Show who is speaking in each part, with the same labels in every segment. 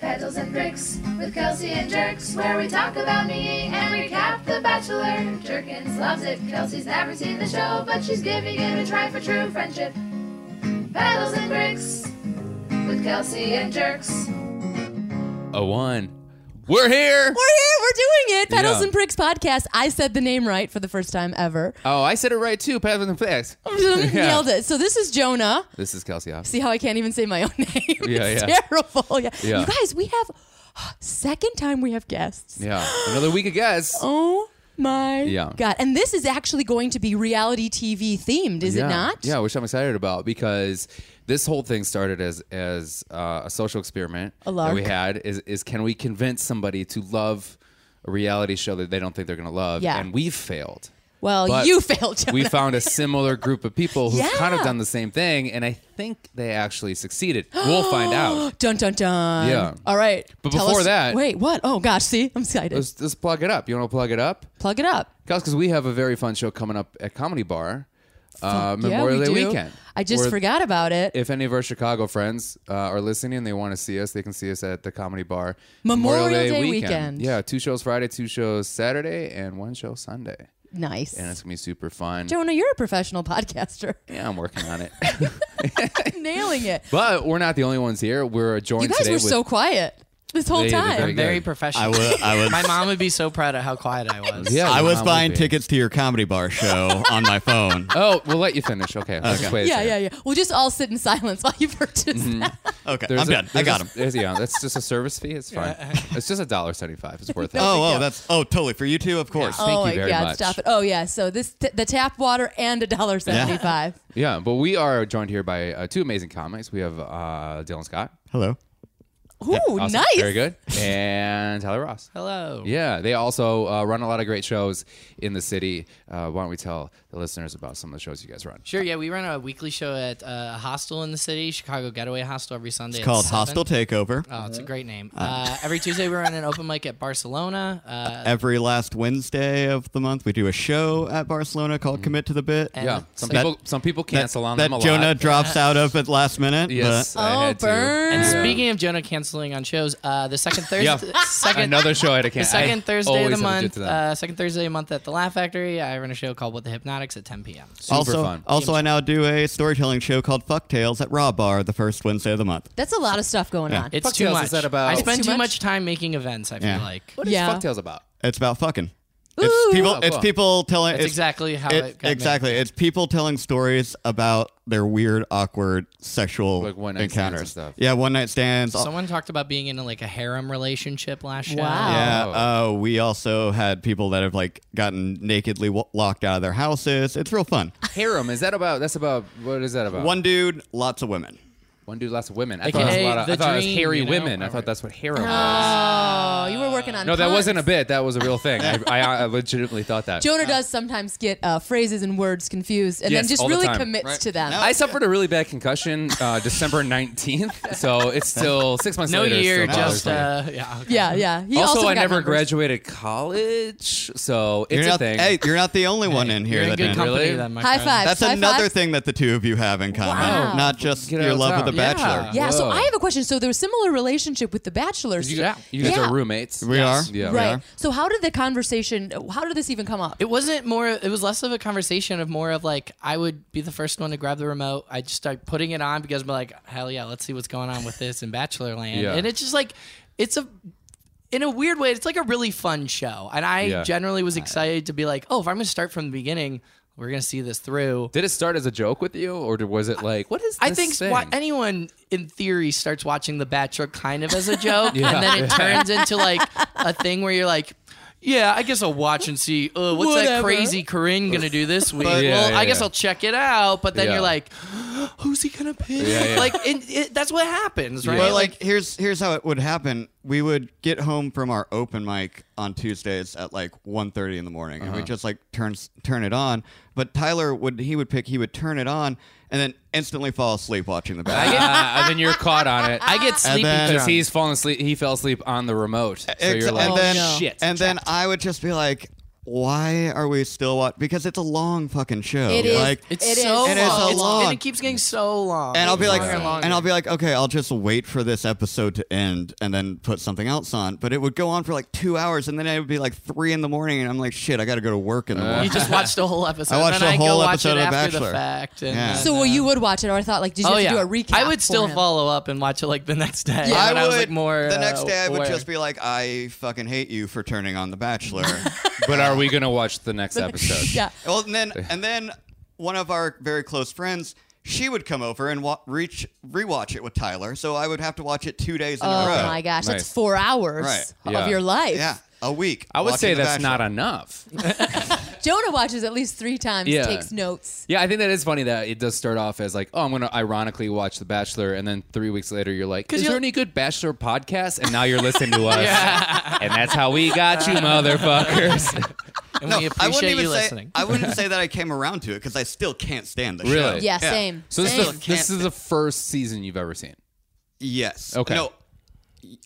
Speaker 1: balls and bricks with Kelsey and Jerks, where we talk about me and recap The Bachelor. Jerkins loves it. Kelsey's never seen the show, but she's giving it a try for true friendship. Pedals and bricks with Kelsey and Jerks.
Speaker 2: A one. We're here.
Speaker 3: We're here. We're doing it. Pedals
Speaker 2: Yeah.
Speaker 3: and Pricks podcast. I said the name right for the first time ever.
Speaker 2: Oh, I said it right too. Pedals and bricks.
Speaker 3: Nailed it. So this is Jonah.
Speaker 2: This is Kelsey. Off.
Speaker 3: See how I can't even say my own name?
Speaker 2: Yeah,
Speaker 3: it's
Speaker 2: yeah.
Speaker 3: terrible. Yeah.
Speaker 2: Yeah.
Speaker 3: You guys, we have second time we have guests.
Speaker 2: Yeah. Another week of guests.
Speaker 3: Oh my
Speaker 2: Yeah.
Speaker 3: god. And this is actually going to be reality TV themed, is
Speaker 2: yeah.
Speaker 3: it not?
Speaker 2: Yeah, which I'm excited about because this whole thing started as as uh, a social experiment
Speaker 3: A lark.
Speaker 2: that we had. Is is can we convince somebody to love a reality show that they don't think they're going to love?
Speaker 3: Yeah.
Speaker 2: And we've failed.
Speaker 3: Well,
Speaker 2: But
Speaker 3: you failed. Jonah.
Speaker 2: we found a similar group of people who've kind of
Speaker 3: Yeah.
Speaker 2: done the same thing, and I think they actually succeeded. We'll find out.
Speaker 3: Dun dun dun.
Speaker 2: Yeah.
Speaker 3: All right.
Speaker 2: But
Speaker 3: Tell
Speaker 2: before
Speaker 3: us-
Speaker 2: that-
Speaker 3: Wait, what? Oh gosh, see? I'm excited.
Speaker 2: Let's, let's plug it up. You want to plug it up?
Speaker 3: Plug it up.
Speaker 2: Kels, because we have a very fun show coming up at Comedy Bar uh,
Speaker 3: Yeah,
Speaker 2: Memorial
Speaker 3: we
Speaker 2: Day
Speaker 3: do.
Speaker 2: weekend.
Speaker 3: I just
Speaker 2: We're-
Speaker 3: forgot about it.
Speaker 2: If any of our Chicago friends uh, are listening and they want to see us, they can see us at the Comedy Bar
Speaker 3: Memorial Day weekend.
Speaker 2: Yeah, two shows Friday, two shows Saturday, and one show Sunday.
Speaker 3: nice.
Speaker 2: And it's gonna be super fun.
Speaker 3: Jonah, you're a professional podcaster.
Speaker 2: Yeah, I'm working on it.
Speaker 3: Nailing it.
Speaker 2: but we're not the only ones here. We're joined
Speaker 3: You guys
Speaker 2: today
Speaker 3: were
Speaker 2: with
Speaker 3: so quiet this whole
Speaker 2: They- they're
Speaker 3: time.
Speaker 2: very good.
Speaker 4: Very
Speaker 5: I
Speaker 4: professional.
Speaker 5: was, I was,
Speaker 4: My mom would be so proud of how quiet I was.
Speaker 2: Yeah,
Speaker 5: I
Speaker 2: your
Speaker 5: was
Speaker 2: mom would
Speaker 5: buying
Speaker 2: be.
Speaker 5: tickets to your comedy bar show on my phone.
Speaker 2: Oh, we'll let you finish. Okay. let's just wait a
Speaker 3: yeah,
Speaker 2: second.
Speaker 3: yeah, yeah. We'll just all sit in silence while you purchase
Speaker 2: Mm-hmm.
Speaker 3: that.
Speaker 5: Okay,
Speaker 2: There's
Speaker 5: I'm
Speaker 2: a-
Speaker 5: done. I
Speaker 2: there's
Speaker 5: got
Speaker 2: a-
Speaker 5: him.
Speaker 2: there's- yeah, that's just a service fee. It's fine. it's just a dollar seventy-five. It's worth it.
Speaker 5: Oh, oh, that's oh, totally for you too, of course.
Speaker 2: Thank
Speaker 3: oh
Speaker 2: you
Speaker 3: my
Speaker 2: very
Speaker 3: god,
Speaker 2: much.
Speaker 3: stop it. Oh yeah, so this t- the tap water and a dollar seventy five.
Speaker 2: Yeah, but we are joined here by uh, two amazing comics. We have uh, Dylan Scott.
Speaker 5: Hello.
Speaker 3: Ooh,
Speaker 2: Awesome.
Speaker 3: nice.
Speaker 2: Very good. And Tyler Ross.
Speaker 4: Hello.
Speaker 2: Yeah, they also uh, run a lot of great shows in the city. Uh, why don't we tell the listeners about some of the shows you guys run?
Speaker 4: Sure. Yeah, we run a weekly show at uh, a hostel in the city, Chicago Getaway Hostel, every Sunday.
Speaker 5: It's called
Speaker 4: at 7.
Speaker 5: Hostile Takeover.
Speaker 4: Oh, it's a great name. Uh, every Tuesday we run an open mic at Barcelona. Uh,
Speaker 5: Every last Wednesday of the month, we do a show at Barcelona
Speaker 2: Mm.
Speaker 5: called Commit to the Bit.
Speaker 4: and
Speaker 2: Yeah, some
Speaker 4: so-
Speaker 2: people some people
Speaker 5: That-
Speaker 2: cancel on
Speaker 5: that
Speaker 2: them a
Speaker 5: Jonah
Speaker 2: lot.
Speaker 5: drops out of at last minute.
Speaker 2: Yes,
Speaker 5: but-
Speaker 2: I
Speaker 3: Oh,
Speaker 2: had to.
Speaker 3: burn.
Speaker 4: And
Speaker 3: Yeah.
Speaker 4: speaking of Jonah canceling on shows, uh, the second Thursday,
Speaker 2: Yeah.
Speaker 4: second
Speaker 2: Another show I had to
Speaker 4: the
Speaker 2: cancel.
Speaker 4: second
Speaker 2: I
Speaker 4: Thursday of the
Speaker 2: always have to do it
Speaker 4: month,
Speaker 2: to them.
Speaker 4: uh, second Thursday of the month at the Laugh Factory, I run a show called What the Hypnotics at 10 p.m.
Speaker 2: Super
Speaker 5: also,
Speaker 2: fun.
Speaker 5: also, I now do a storytelling show called Fuck Tales at Raw Bar the first Wednesday of the month.
Speaker 3: That's a lot of stuff going on.
Speaker 4: It's
Speaker 2: Fuck
Speaker 4: too
Speaker 2: Tales
Speaker 4: much.
Speaker 2: is that about-
Speaker 4: I
Speaker 2: It's
Speaker 4: spend
Speaker 3: too
Speaker 4: too much?
Speaker 3: much?
Speaker 4: time making events. I feel
Speaker 5: Yeah.
Speaker 4: like
Speaker 2: what is
Speaker 3: Yeah.
Speaker 2: Fucktails about?
Speaker 5: It's about fucking.
Speaker 3: Ooh.
Speaker 5: It's people.
Speaker 2: Oh,
Speaker 5: It's
Speaker 2: cool.
Speaker 5: people telling.
Speaker 4: That's
Speaker 5: it's-
Speaker 4: exactly how it got
Speaker 5: exactly. It's people telling stories about their weird, awkward sexual
Speaker 2: Like one-night stands and
Speaker 5: encounters.
Speaker 2: stuff.
Speaker 5: Yeah, one night stands.
Speaker 4: Someone talked about being in like a harem relationship last year.
Speaker 3: Wow.
Speaker 5: yeah.
Speaker 2: Oh.
Speaker 5: Uh, we also had people that have like gotten nakedly w- locked out of their houses. It's real fun.
Speaker 2: Harem is that about? That's about what is that about?
Speaker 5: One dude, lots of women.
Speaker 2: One dude, lots of women. I thought it was a
Speaker 4: AKA
Speaker 2: lot of. I
Speaker 4: the
Speaker 2: thought it was
Speaker 4: dream,
Speaker 2: hairy
Speaker 4: you know? Uh,
Speaker 2: women. I
Speaker 4: Alright.
Speaker 2: thought that's what harem was.
Speaker 3: oh, you were working on.
Speaker 2: No, that
Speaker 3: puns.
Speaker 2: wasn't a bit. That was a real thing. I, I, I legitimately thought that.
Speaker 3: Jonah does sometimes get uh, phrases and words confused, and
Speaker 2: Yes,
Speaker 3: then just
Speaker 2: all the
Speaker 3: really
Speaker 2: time.
Speaker 3: commits
Speaker 5: Right.
Speaker 3: to them.
Speaker 5: No.
Speaker 2: I suffered a really bad concussion uh, December 19th, so it's still six months
Speaker 4: No
Speaker 2: later. it
Speaker 4: year,
Speaker 2: still bothers
Speaker 4: just
Speaker 2: me.
Speaker 4: uh, yeah. okay.
Speaker 3: yeah, yeah. He
Speaker 2: also, I
Speaker 3: forgot
Speaker 2: never
Speaker 3: numbers.
Speaker 2: graduated college, so
Speaker 5: You're
Speaker 2: it's a
Speaker 5: not,
Speaker 2: thing.
Speaker 5: hey, you're not the only one in
Speaker 4: You're
Speaker 5: here.
Speaker 4: in
Speaker 5: that
Speaker 4: good
Speaker 5: didn't.
Speaker 4: company
Speaker 2: Really?
Speaker 4: then, my
Speaker 3: High
Speaker 4: friend.
Speaker 3: five.
Speaker 5: That's
Speaker 3: High
Speaker 5: another
Speaker 3: five.
Speaker 5: thing that the two of you have in common.
Speaker 3: Wow.
Speaker 5: Not just
Speaker 2: Get out
Speaker 5: your
Speaker 2: of
Speaker 5: love
Speaker 2: town.
Speaker 5: of the
Speaker 2: Yeah.
Speaker 5: Bachelor.
Speaker 3: Yeah, so
Speaker 2: Whoa.
Speaker 3: I have a question. So there was similar relationship with The Bachelor.
Speaker 2: you,
Speaker 3: So-
Speaker 2: guys- you guys
Speaker 3: Yeah.
Speaker 2: are roommates.
Speaker 5: We Yes. are.
Speaker 2: Yeah.
Speaker 5: we
Speaker 3: right.
Speaker 5: are.
Speaker 3: So how did the conversation? How did this even come up?
Speaker 4: It wasn't more. It was less of a conversation of more of like I would be the first one to grab the remote. I would just start putting it on because I'm like, hell yeah, let's see what's going on with this in Bachelor Land.
Speaker 2: Yeah.
Speaker 4: And it's just like, it's a. In a weird way, it's like a really fun show, and I
Speaker 2: Yeah.
Speaker 4: generally was excited to be like, "Oh, if I'm going to start from the beginning, we're going to see this through."
Speaker 2: Did it start as a joke with you, or did- was it like, what is this
Speaker 4: I think
Speaker 2: thing?
Speaker 4: swa- anyone in theory starts watching The Bachelor kind of as a joke,
Speaker 2: Yeah.
Speaker 4: and then it turns into like a thing where you're like, yeah, I guess I'll watch and see. Uh, what's that
Speaker 3: Whatever.
Speaker 4: crazy Corinne gonna do this week?
Speaker 2: Yeah,
Speaker 4: well,
Speaker 2: yeah,
Speaker 4: I guess
Speaker 2: yeah.
Speaker 4: I'll check it out. But then
Speaker 2: Yeah.
Speaker 4: you're like, who's he gonna pick?
Speaker 2: Yeah, yeah.
Speaker 4: Like, and it, that's what happens, right?
Speaker 5: But like, here's here's how it would happen. We would get home from our open mic on Tuesdays at like 1.30 in the morning, and we
Speaker 2: Uh-huh.
Speaker 5: just like turns turn it on. But Tyler would he would pick he would turn it on and then instantly fall asleep watching the
Speaker 2: Uh,
Speaker 5: back.
Speaker 2: and then you're caught on it.
Speaker 4: I get sleepy
Speaker 5: then-
Speaker 2: because
Speaker 4: drunk.
Speaker 2: he's fallen asleep. He fell asleep on the remote. So
Speaker 5: Ex-
Speaker 2: you're like,
Speaker 5: and then
Speaker 3: Oh, no.
Speaker 2: shit.
Speaker 5: and then I would just be like, why are we still watching? Because it's a long fucking show.
Speaker 3: It is.
Speaker 5: Like,
Speaker 4: It's
Speaker 3: It
Speaker 4: so
Speaker 3: is.
Speaker 5: And it's
Speaker 4: long.
Speaker 5: so long.
Speaker 4: and it keeps getting so long.
Speaker 5: and I'll be like,
Speaker 4: Longer and longer.
Speaker 5: and I'll be like, okay, I'll just wait for this episode to end and then put something else on. But it would go on for like two hours, and then it would be like three in the morning, and I'm like, shit, I got to go to work in the morning.
Speaker 4: you just watched a whole episode.
Speaker 5: I watched
Speaker 4: and then
Speaker 5: a
Speaker 4: I go
Speaker 5: whole
Speaker 4: watch
Speaker 5: episode
Speaker 4: it
Speaker 5: of The
Speaker 4: after
Speaker 5: Bachelor.
Speaker 4: the fact. And
Speaker 5: Yeah.
Speaker 4: then,
Speaker 3: So, well,
Speaker 4: uh,
Speaker 3: you would watch it, or I thought like, did you
Speaker 4: oh
Speaker 3: have
Speaker 4: yeah,
Speaker 3: to do a recap?
Speaker 4: I would
Speaker 3: for
Speaker 4: still
Speaker 3: him?
Speaker 4: follow up and watch it like the next day.
Speaker 3: Yeah.
Speaker 4: when
Speaker 5: I would.
Speaker 4: was like more. uh,
Speaker 5: the next day, I would
Speaker 4: aware.
Speaker 5: just be like, I fucking hate you for turning on The Bachelor.
Speaker 2: But are we gonna watch the next episode?
Speaker 3: yeah.
Speaker 5: well, and then and then one of our very close friends. She would come over and wa- reach rewatch it with Tyler, so I would have to watch it two days in
Speaker 3: Oh
Speaker 5: a row.
Speaker 3: my gosh,
Speaker 2: Nice.
Speaker 3: that's four hours
Speaker 5: Right.
Speaker 3: of
Speaker 2: Yeah.
Speaker 3: your life.
Speaker 5: Yeah, a week.
Speaker 2: I would
Speaker 5: watching
Speaker 2: say
Speaker 5: The
Speaker 2: that's
Speaker 5: Bachelor.
Speaker 2: not enough.
Speaker 3: Jonah watches at least three times.
Speaker 2: Yeah.
Speaker 3: takes notes.
Speaker 2: Yeah, I think that is funny that it does start off as like, oh, I'm gonna ironically watch The Bachelor, and then three weeks later you're like, is
Speaker 4: you'll-
Speaker 2: there any good Bachelor podcast? And now you're listening to us, and that's how we got you, motherfuckers.
Speaker 4: And
Speaker 5: No,
Speaker 4: we
Speaker 5: I wouldn't
Speaker 4: appreciate
Speaker 5: even
Speaker 4: you
Speaker 5: say.
Speaker 4: listening.
Speaker 5: I wouldn't say that I came around to it because I still can't stand the
Speaker 2: Really?
Speaker 5: show.
Speaker 3: Yeah, same.
Speaker 2: so this
Speaker 3: same.
Speaker 2: is, the, this is the first season you've ever seen.
Speaker 5: Yes.
Speaker 2: Okay.
Speaker 5: No,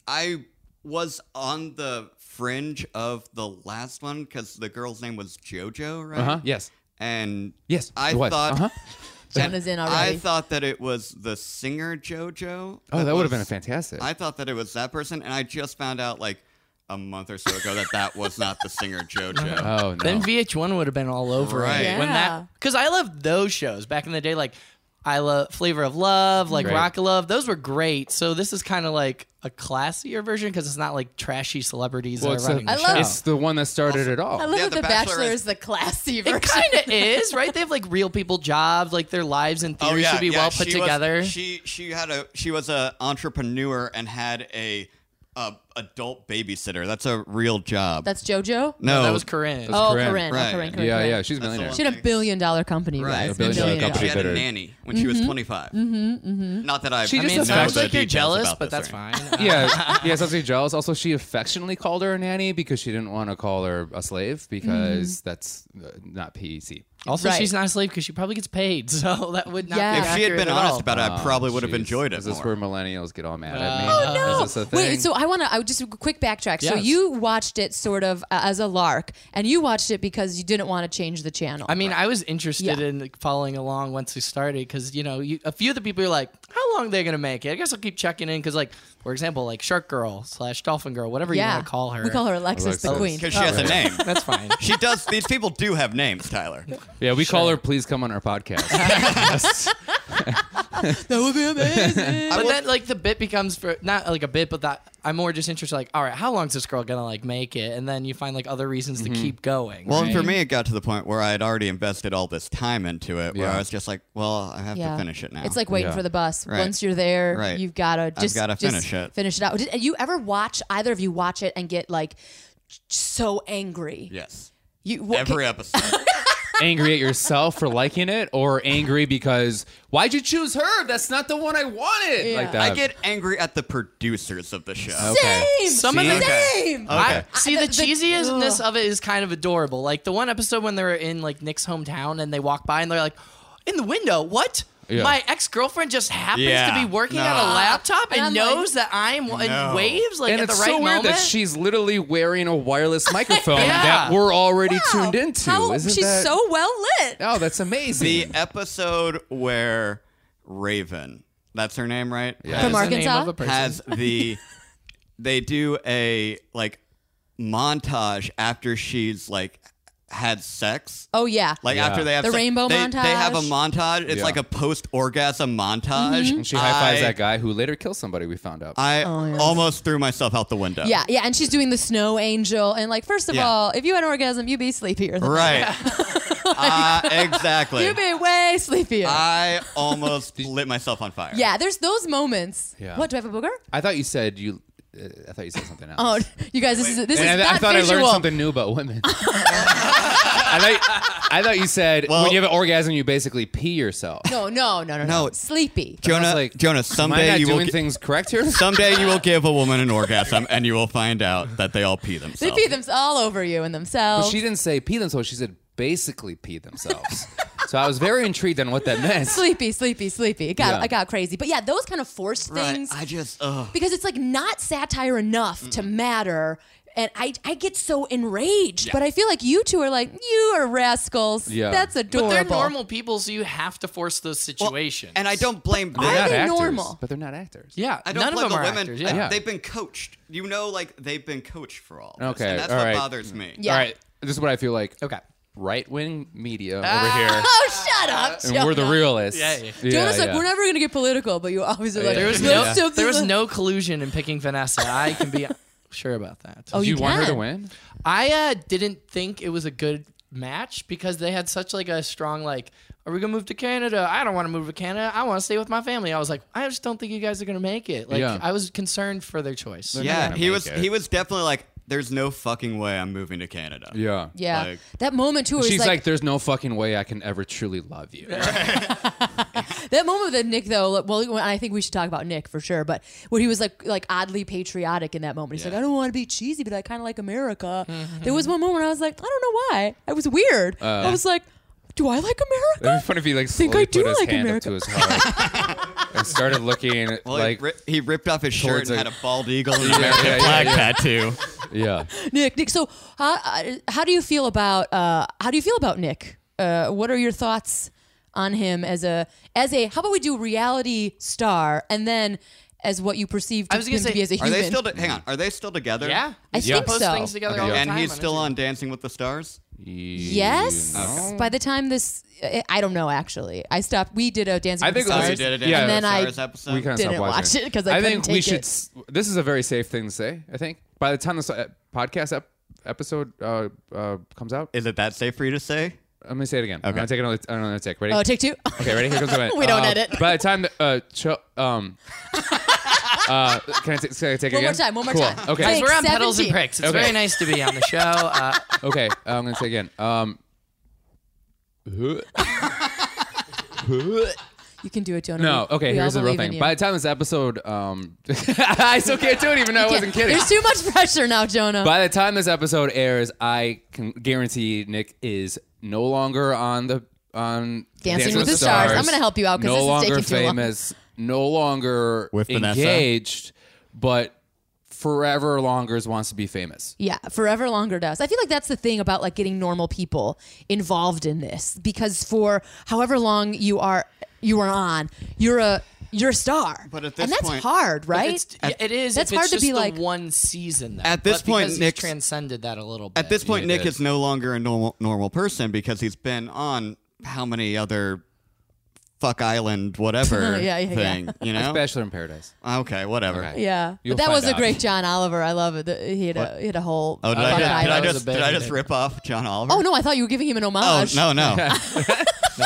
Speaker 5: I was on the fringe of the last one because the girl's name was JoJo, right?
Speaker 2: Uh huh. Yes.
Speaker 5: And
Speaker 2: Yes.
Speaker 5: Uh-huh. I
Speaker 2: it was.
Speaker 5: thought
Speaker 2: Uh-huh.
Speaker 3: Jonah's in already.
Speaker 5: I thought that it was the singer JoJo.
Speaker 2: Oh, that would have
Speaker 5: was-
Speaker 2: been fantastic.
Speaker 5: I thought that it was that person, and I just found out like a month or so ago that that was not the singer JoJo.
Speaker 2: oh no.
Speaker 4: Then VH1 would have been all over
Speaker 5: Right.
Speaker 4: it when
Speaker 3: Yeah.
Speaker 4: that because I loved those shows back in the day, like I love Flavor of Love, like
Speaker 2: Right.
Speaker 4: Rock of Love. Those were great. So this is kind of like a classier version because it's not like trashy celebrities
Speaker 2: well,
Speaker 4: that
Speaker 2: it's,
Speaker 4: are running
Speaker 2: the-
Speaker 4: the
Speaker 3: I love-
Speaker 2: it's
Speaker 4: show.
Speaker 2: the one that started it
Speaker 3: I
Speaker 2: all.
Speaker 3: love
Speaker 5: Yeah,
Speaker 3: that
Speaker 5: The
Speaker 3: The Bachelor,
Speaker 5: Bachelor
Speaker 3: is the classy
Speaker 4: It
Speaker 3: version.
Speaker 4: kind of is, right? They have like real people jobs, like their lives in theory should be well put
Speaker 5: Oh, she was-
Speaker 4: together.
Speaker 5: she she had a she was a entrepreneur and had a, a adult babysitter. That's a real job.
Speaker 3: That's JoJo.
Speaker 5: no,
Speaker 4: that was Corinne.
Speaker 3: oh,
Speaker 2: Corinne.
Speaker 3: Corinne. Oh,
Speaker 5: Right.
Speaker 3: Corinne, Corinne,
Speaker 2: Yeah,
Speaker 3: Corinne.
Speaker 2: yeah. She's a
Speaker 5: That's the
Speaker 2: millionaire.
Speaker 5: one.
Speaker 3: She had a billion dollar company, you
Speaker 5: Right.
Speaker 3: guys.
Speaker 5: A billion
Speaker 2: dollar
Speaker 5: And she
Speaker 2: company.
Speaker 5: had a
Speaker 2: Bitter.
Speaker 5: nanny when she
Speaker 3: Mm-hmm.
Speaker 5: was 25. Not that I.
Speaker 2: She
Speaker 5: I
Speaker 2: just
Speaker 4: I mean,
Speaker 2: affects-
Speaker 4: it sounds
Speaker 5: know the
Speaker 4: like you're
Speaker 5: details
Speaker 4: jealous,
Speaker 5: about
Speaker 4: but
Speaker 5: this
Speaker 4: that's
Speaker 5: or anything.
Speaker 4: fine. Uh,
Speaker 2: yeah, yeah, sounds like jealous. Also, she affectionately called her a nanny because she didn't want to call her a slave because
Speaker 3: Mm-hmm.
Speaker 2: that's uh, not PEC.
Speaker 4: Also,
Speaker 3: Right.
Speaker 4: she's not a slave because she probably gets paid, so that would not.
Speaker 3: Yeah.
Speaker 4: Be
Speaker 5: If she had
Speaker 4: accurate
Speaker 5: been
Speaker 4: at all.
Speaker 5: honest about it, I probably
Speaker 2: Oh,
Speaker 5: would have
Speaker 2: jeez.
Speaker 5: enjoyed it
Speaker 2: Is this
Speaker 5: more.
Speaker 2: where millennials get all mad at me?
Speaker 4: Oh,
Speaker 2: Is
Speaker 3: No.
Speaker 2: this a thing?
Speaker 3: Wait, so I want to. I would just quick backtrack. So
Speaker 4: Yes.
Speaker 3: you watched it sort of uh, as a lark, and you watched it because you didn't want to change the channel.
Speaker 4: I mean, I was interested
Speaker 3: Yeah.
Speaker 4: in like, following along once we started because you know you, a few of the people are like, how long are they gonna make it? I guess I'll keep checking in because like for example, like Shark Girl slash Dolphin Girl, whatever you want to call her.
Speaker 3: We call her Alexis, the
Speaker 2: Alexis.
Speaker 3: Queen.
Speaker 5: Because "Oh, she has a name.
Speaker 4: That's fine.
Speaker 5: She does. These people do have names, Tyler.
Speaker 2: yeah, we call her. Please come on our podcast.
Speaker 3: That would be amazing.
Speaker 4: but then like the bit becomes for not like a bit, but that I'm more just interested like, all right, how long's this girl gonna like make it? And then you find like other reasons to keep going.
Speaker 5: Mm-hmm. Well,
Speaker 4: right?
Speaker 5: for me, it got to the point where I had already invested all this time into it, where
Speaker 2: Yeah.
Speaker 5: I was just like, "Well, I have to finish it now."
Speaker 3: It's like waiting
Speaker 2: Yeah.
Speaker 3: for the bus.
Speaker 5: Right.
Speaker 3: Once you're there,
Speaker 5: Right.
Speaker 3: you've got to just
Speaker 5: gotta
Speaker 3: just
Speaker 5: finish it.
Speaker 3: Finish it out. Did you ever watch either of you watch it and get like so angry?
Speaker 5: yes,
Speaker 3: You what,
Speaker 5: every episode.
Speaker 2: angry at yourself for liking it, or angry because why'd you choose her? That's not the one I wanted.
Speaker 3: Yeah.
Speaker 2: Like that.
Speaker 5: I get angry at the producers of the show.
Speaker 2: Okay.
Speaker 3: Same.
Speaker 4: Some of
Speaker 5: See?
Speaker 4: the
Speaker 5: Okay.
Speaker 3: same.
Speaker 4: I,
Speaker 5: Okay.
Speaker 4: see
Speaker 3: I-
Speaker 4: the,
Speaker 3: the- the-
Speaker 4: cheesiness
Speaker 3: ugh.
Speaker 4: of it is kind of adorable. Like the one episode when they're in like Nick's hometown and they walk by and they're like, in the window, what?
Speaker 2: Yeah.
Speaker 4: My ex girlfriend just happens
Speaker 5: Yeah.
Speaker 4: to be working
Speaker 5: No.
Speaker 4: on a laptop and,
Speaker 3: And I'm
Speaker 4: knows that I'm and
Speaker 5: No.
Speaker 4: waves like
Speaker 2: and
Speaker 4: at
Speaker 2: it's
Speaker 4: the right
Speaker 2: so weird
Speaker 4: moment.
Speaker 2: that she's literally wearing a wireless microphone
Speaker 4: Yeah.
Speaker 2: that we're already
Speaker 3: Wow.
Speaker 2: tuned into.
Speaker 3: How-
Speaker 2: Isn't
Speaker 3: she's
Speaker 2: that-
Speaker 3: so well lit.
Speaker 2: Oh, that's amazing.
Speaker 5: The episode where Raven, that's her name, right?
Speaker 2: Yeah.
Speaker 3: From
Speaker 4: That's
Speaker 2: Has-
Speaker 4: the name
Speaker 3: Arkansas?
Speaker 4: of a person.
Speaker 5: has the they do a like montage after she's like had sex.
Speaker 3: Oh yeah.
Speaker 5: Like
Speaker 2: Yeah.
Speaker 5: after they have
Speaker 3: The
Speaker 5: sex,
Speaker 3: rainbow
Speaker 5: they,
Speaker 3: montage. Mm-hmm.
Speaker 5: They have a montage. It's
Speaker 2: Yeah.
Speaker 5: like a post orgasm montage.
Speaker 2: and she high fives
Speaker 5: I-
Speaker 2: that guy who later kills somebody. We found out.
Speaker 5: I
Speaker 3: Oh, yeah.
Speaker 5: almost threw myself out the window.
Speaker 3: yeah, yeah, and she's doing the snow angel, and like, first of
Speaker 5: uh, Yeah.
Speaker 3: all, if you had an orgasm, you'd be sleepier. Than
Speaker 5: Right. uh, exactly.
Speaker 3: You'd be way sleepier.
Speaker 2: Ah.
Speaker 5: I almost lit myself on fire.
Speaker 3: yeah, there's those moments.
Speaker 2: Yeah.
Speaker 3: What do I have a booger?
Speaker 2: I thought you said you. Uh, I thought you said something else.
Speaker 3: Oh, you guys, this is this is
Speaker 2: and I,
Speaker 3: not
Speaker 2: I thought I
Speaker 3: visual.
Speaker 2: learned something new about women. I, thought, I thought you said
Speaker 5: Well-
Speaker 2: when you have an orgasm, you basically pee yourself.
Speaker 3: No, no, no, no,
Speaker 5: No.
Speaker 3: no. Sleepy.
Speaker 5: Jonah,
Speaker 2: was like,
Speaker 5: Jonah,
Speaker 2: Am I
Speaker 5: someday
Speaker 2: not
Speaker 5: you will
Speaker 2: doing
Speaker 5: gi-
Speaker 2: things correct here?
Speaker 5: someday you will give a woman an orgasm, and you will find out that they all pee
Speaker 3: They
Speaker 5: themselves.
Speaker 3: pee them all over you and
Speaker 2: But
Speaker 3: themselves.
Speaker 2: she didn't say pee themselves. She said basically pee themselves. so I was very intrigued on what that meant.
Speaker 3: sleepy, sleepy, sleepy. It got,
Speaker 2: Yeah.
Speaker 3: it got crazy. But yeah, those kind of forced
Speaker 5: Right.
Speaker 3: things
Speaker 5: I just. Ugh.
Speaker 3: because it's like not satire enough to matter and I, I get so enraged. But I feel like you two are like, you are rascals.
Speaker 2: Yeah.
Speaker 3: That's
Speaker 4: But
Speaker 3: adorable.
Speaker 4: they're normal people, so you have to force those situations.
Speaker 5: And I don't blame them.
Speaker 3: Are
Speaker 2: They're not
Speaker 3: they
Speaker 2: actors,
Speaker 3: normal?
Speaker 2: but they're not actors.
Speaker 4: Yeah,
Speaker 5: I don't
Speaker 4: none
Speaker 5: blame
Speaker 4: of them
Speaker 5: the
Speaker 4: are
Speaker 5: women.
Speaker 4: actors.
Speaker 5: I-
Speaker 4: Yeah.
Speaker 5: they've been coached. You know, like they've been coached for all. This,
Speaker 2: Okay,
Speaker 5: and that's
Speaker 2: all
Speaker 5: what
Speaker 2: right.
Speaker 5: bothers me.
Speaker 3: Yeah.
Speaker 2: All right. This is what I feel like.
Speaker 4: Okay.
Speaker 2: Right wing media over here.
Speaker 3: Oh, shut up.
Speaker 2: And
Speaker 3: shut
Speaker 2: we're the
Speaker 3: up.
Speaker 2: realists.
Speaker 4: Yeah, yeah.
Speaker 3: Jonah's like,
Speaker 2: yeah.
Speaker 3: we're never going to get political, but you always are like,
Speaker 4: There was
Speaker 3: "Let's
Speaker 4: no,
Speaker 3: do
Speaker 4: there was
Speaker 3: this."
Speaker 4: no collusion in picking Vanessa. I can be sure about that.
Speaker 3: Oh,
Speaker 2: Do
Speaker 3: you
Speaker 2: you want her to
Speaker 3: can.
Speaker 2: win?
Speaker 4: I uh, didn't think it was a good match because they had such like a strong like are we gonna move to canada i don't want to move to canada i want to stay with my family i was like i just don't think you guys are gonna make it like
Speaker 2: Yeah.
Speaker 4: i was concerned for their choice
Speaker 2: They're not
Speaker 5: Yeah,
Speaker 2: gonna
Speaker 5: he
Speaker 2: make
Speaker 5: was
Speaker 2: it.
Speaker 5: he was definitely like, "There's no fucking way I'm moving to Canada."
Speaker 2: Yeah.
Speaker 3: Yeah.
Speaker 5: Like-
Speaker 3: that moment, too, where
Speaker 2: She's
Speaker 3: he's
Speaker 2: like,
Speaker 3: like,
Speaker 2: there's no fucking way I can ever truly love you.
Speaker 3: That moment with Nick though, like, well, I think we should talk about Nick for sure. But when he was like, like oddly patriotic in that moment, he's like, I don't want to be cheesy, but I kind of like America. There was one moment where I was like, I don't know why. I was weird. I was like, Do I like
Speaker 2: It'd be
Speaker 3: America?
Speaker 2: funny if he like
Speaker 3: Think
Speaker 2: slowly
Speaker 3: I do
Speaker 2: put his
Speaker 3: like
Speaker 2: hand
Speaker 3: America.
Speaker 2: up to his heart and started looking
Speaker 5: Well, he
Speaker 2: like
Speaker 5: ri- he ripped off his shirt
Speaker 2: towards
Speaker 5: and
Speaker 2: a-
Speaker 5: had a bald eagle and
Speaker 2: yeah, yeah, yeah, yeah.
Speaker 6: tattoo.
Speaker 2: yeah.
Speaker 3: Nick, Nick. So how uh, how do you feel about uh, how do you feel about Nick? Uh, what are your thoughts on him as a as a? How about we do reality star and then as what you perceive to,
Speaker 4: I was gonna
Speaker 3: him to
Speaker 4: say,
Speaker 3: be as a
Speaker 5: Are
Speaker 3: human?
Speaker 5: they still? To- hang on. Are they still together?
Speaker 4: yeah
Speaker 3: I
Speaker 4: You
Speaker 3: think
Speaker 4: post
Speaker 3: so.
Speaker 4: things together
Speaker 2: Okay.
Speaker 4: all the
Speaker 2: Yeah.
Speaker 5: And
Speaker 4: time
Speaker 5: he's
Speaker 4: on
Speaker 5: still
Speaker 4: Instagram.
Speaker 5: on Dancing with the Stars.
Speaker 3: Yes.
Speaker 2: No.
Speaker 3: By the time this, I- I don't know actually. I stopped. We did a Dancing
Speaker 2: I
Speaker 3: with the
Speaker 2: think it was-
Speaker 3: Stars.
Speaker 5: Oh, you did a
Speaker 2: Yeah.
Speaker 5: Dancing
Speaker 3: And
Speaker 5: with the
Speaker 3: then I-
Speaker 5: Stars episode.
Speaker 2: we kind of
Speaker 3: Didn't
Speaker 2: stopped watching.
Speaker 3: watch it 'cause I couldn't
Speaker 2: think we
Speaker 3: take
Speaker 2: should.
Speaker 3: it.
Speaker 2: s- This is a very safe thing to say. I think by the time this uh, podcast ep- episode uh, uh, comes out,
Speaker 5: Is it that safe for you to say?
Speaker 2: I'm gonna say it again. I'm gonna take another, another take. Ready?
Speaker 3: Oh, take two.
Speaker 2: Okay, ready? Here comes the minute.
Speaker 3: We don't
Speaker 2: Uh,
Speaker 3: edit.
Speaker 2: By the time the uh, cho- um, uh, can I ta- can I take it
Speaker 3: One more
Speaker 2: again?
Speaker 3: time, one more
Speaker 2: Cool.
Speaker 3: time.
Speaker 2: Okay,
Speaker 4: Guys, we're on pedals and
Speaker 3: 17.
Speaker 4: pricks it's
Speaker 2: Okay.
Speaker 4: very nice to be on the show uh,
Speaker 2: okay. uh, I'm gonna say again. Um,
Speaker 3: You can do it, Jonah.
Speaker 2: no.
Speaker 3: We-
Speaker 2: Okay.
Speaker 3: we all
Speaker 2: Here's the real
Speaker 3: believe in
Speaker 2: thing.
Speaker 3: you.
Speaker 2: By the time this episode, um, I still can't do it, even though I
Speaker 3: Yeah,
Speaker 2: wasn't kidding.
Speaker 3: There's too much pressure now, Jonah.
Speaker 2: By the time this episode airs, I can guarantee Nick is no longer on the on
Speaker 3: Dancing with the Stars. I'm gonna help you out 'cause
Speaker 2: no
Speaker 3: this is
Speaker 2: longer
Speaker 3: taking too long.
Speaker 2: famous, no longer
Speaker 5: With Vanessa?
Speaker 2: engaged, but forever longers wants to be famous.
Speaker 3: yeah, forever longer does. I feel like that's the thing about like getting normal people involved in this because for however long you are you are on, you're a you're a star.
Speaker 5: But at
Speaker 3: and
Speaker 5: this
Speaker 3: that's
Speaker 5: point-
Speaker 3: hard, right?
Speaker 4: it's, yeah, it is
Speaker 3: That's
Speaker 4: if it's
Speaker 3: hard to
Speaker 4: just
Speaker 3: be
Speaker 4: the
Speaker 3: like-
Speaker 4: one season though.
Speaker 5: At this
Speaker 4: But
Speaker 5: point,
Speaker 4: because he's
Speaker 5: Nick's-
Speaker 4: transcended that a little bit
Speaker 5: At this point,
Speaker 2: you
Speaker 5: Nick
Speaker 2: did.
Speaker 5: is no longer a normal normal person because he's been on how many other fuck island whatever
Speaker 3: Yeah, yeah, yeah.
Speaker 5: thing, you know? Ah,
Speaker 2: Bachelor in Paradise.
Speaker 5: Okay, whatever.
Speaker 2: Okay.
Speaker 3: yeah,
Speaker 2: You'll
Speaker 3: but that was
Speaker 2: find
Speaker 3: a
Speaker 2: out.
Speaker 3: great John Oliver. I love it. The- He had a he had a whole.
Speaker 5: Oh, did
Speaker 3: Buck
Speaker 5: I, just, did I
Speaker 3: Uh, Island.
Speaker 4: was
Speaker 5: just
Speaker 4: a
Speaker 5: did I
Speaker 4: bad
Speaker 5: just
Speaker 4: idea.
Speaker 5: rip off John Oliver?
Speaker 3: Oh no, I thought you were giving him an
Speaker 5: Oh,
Speaker 3: homage.
Speaker 5: no, no,
Speaker 4: no,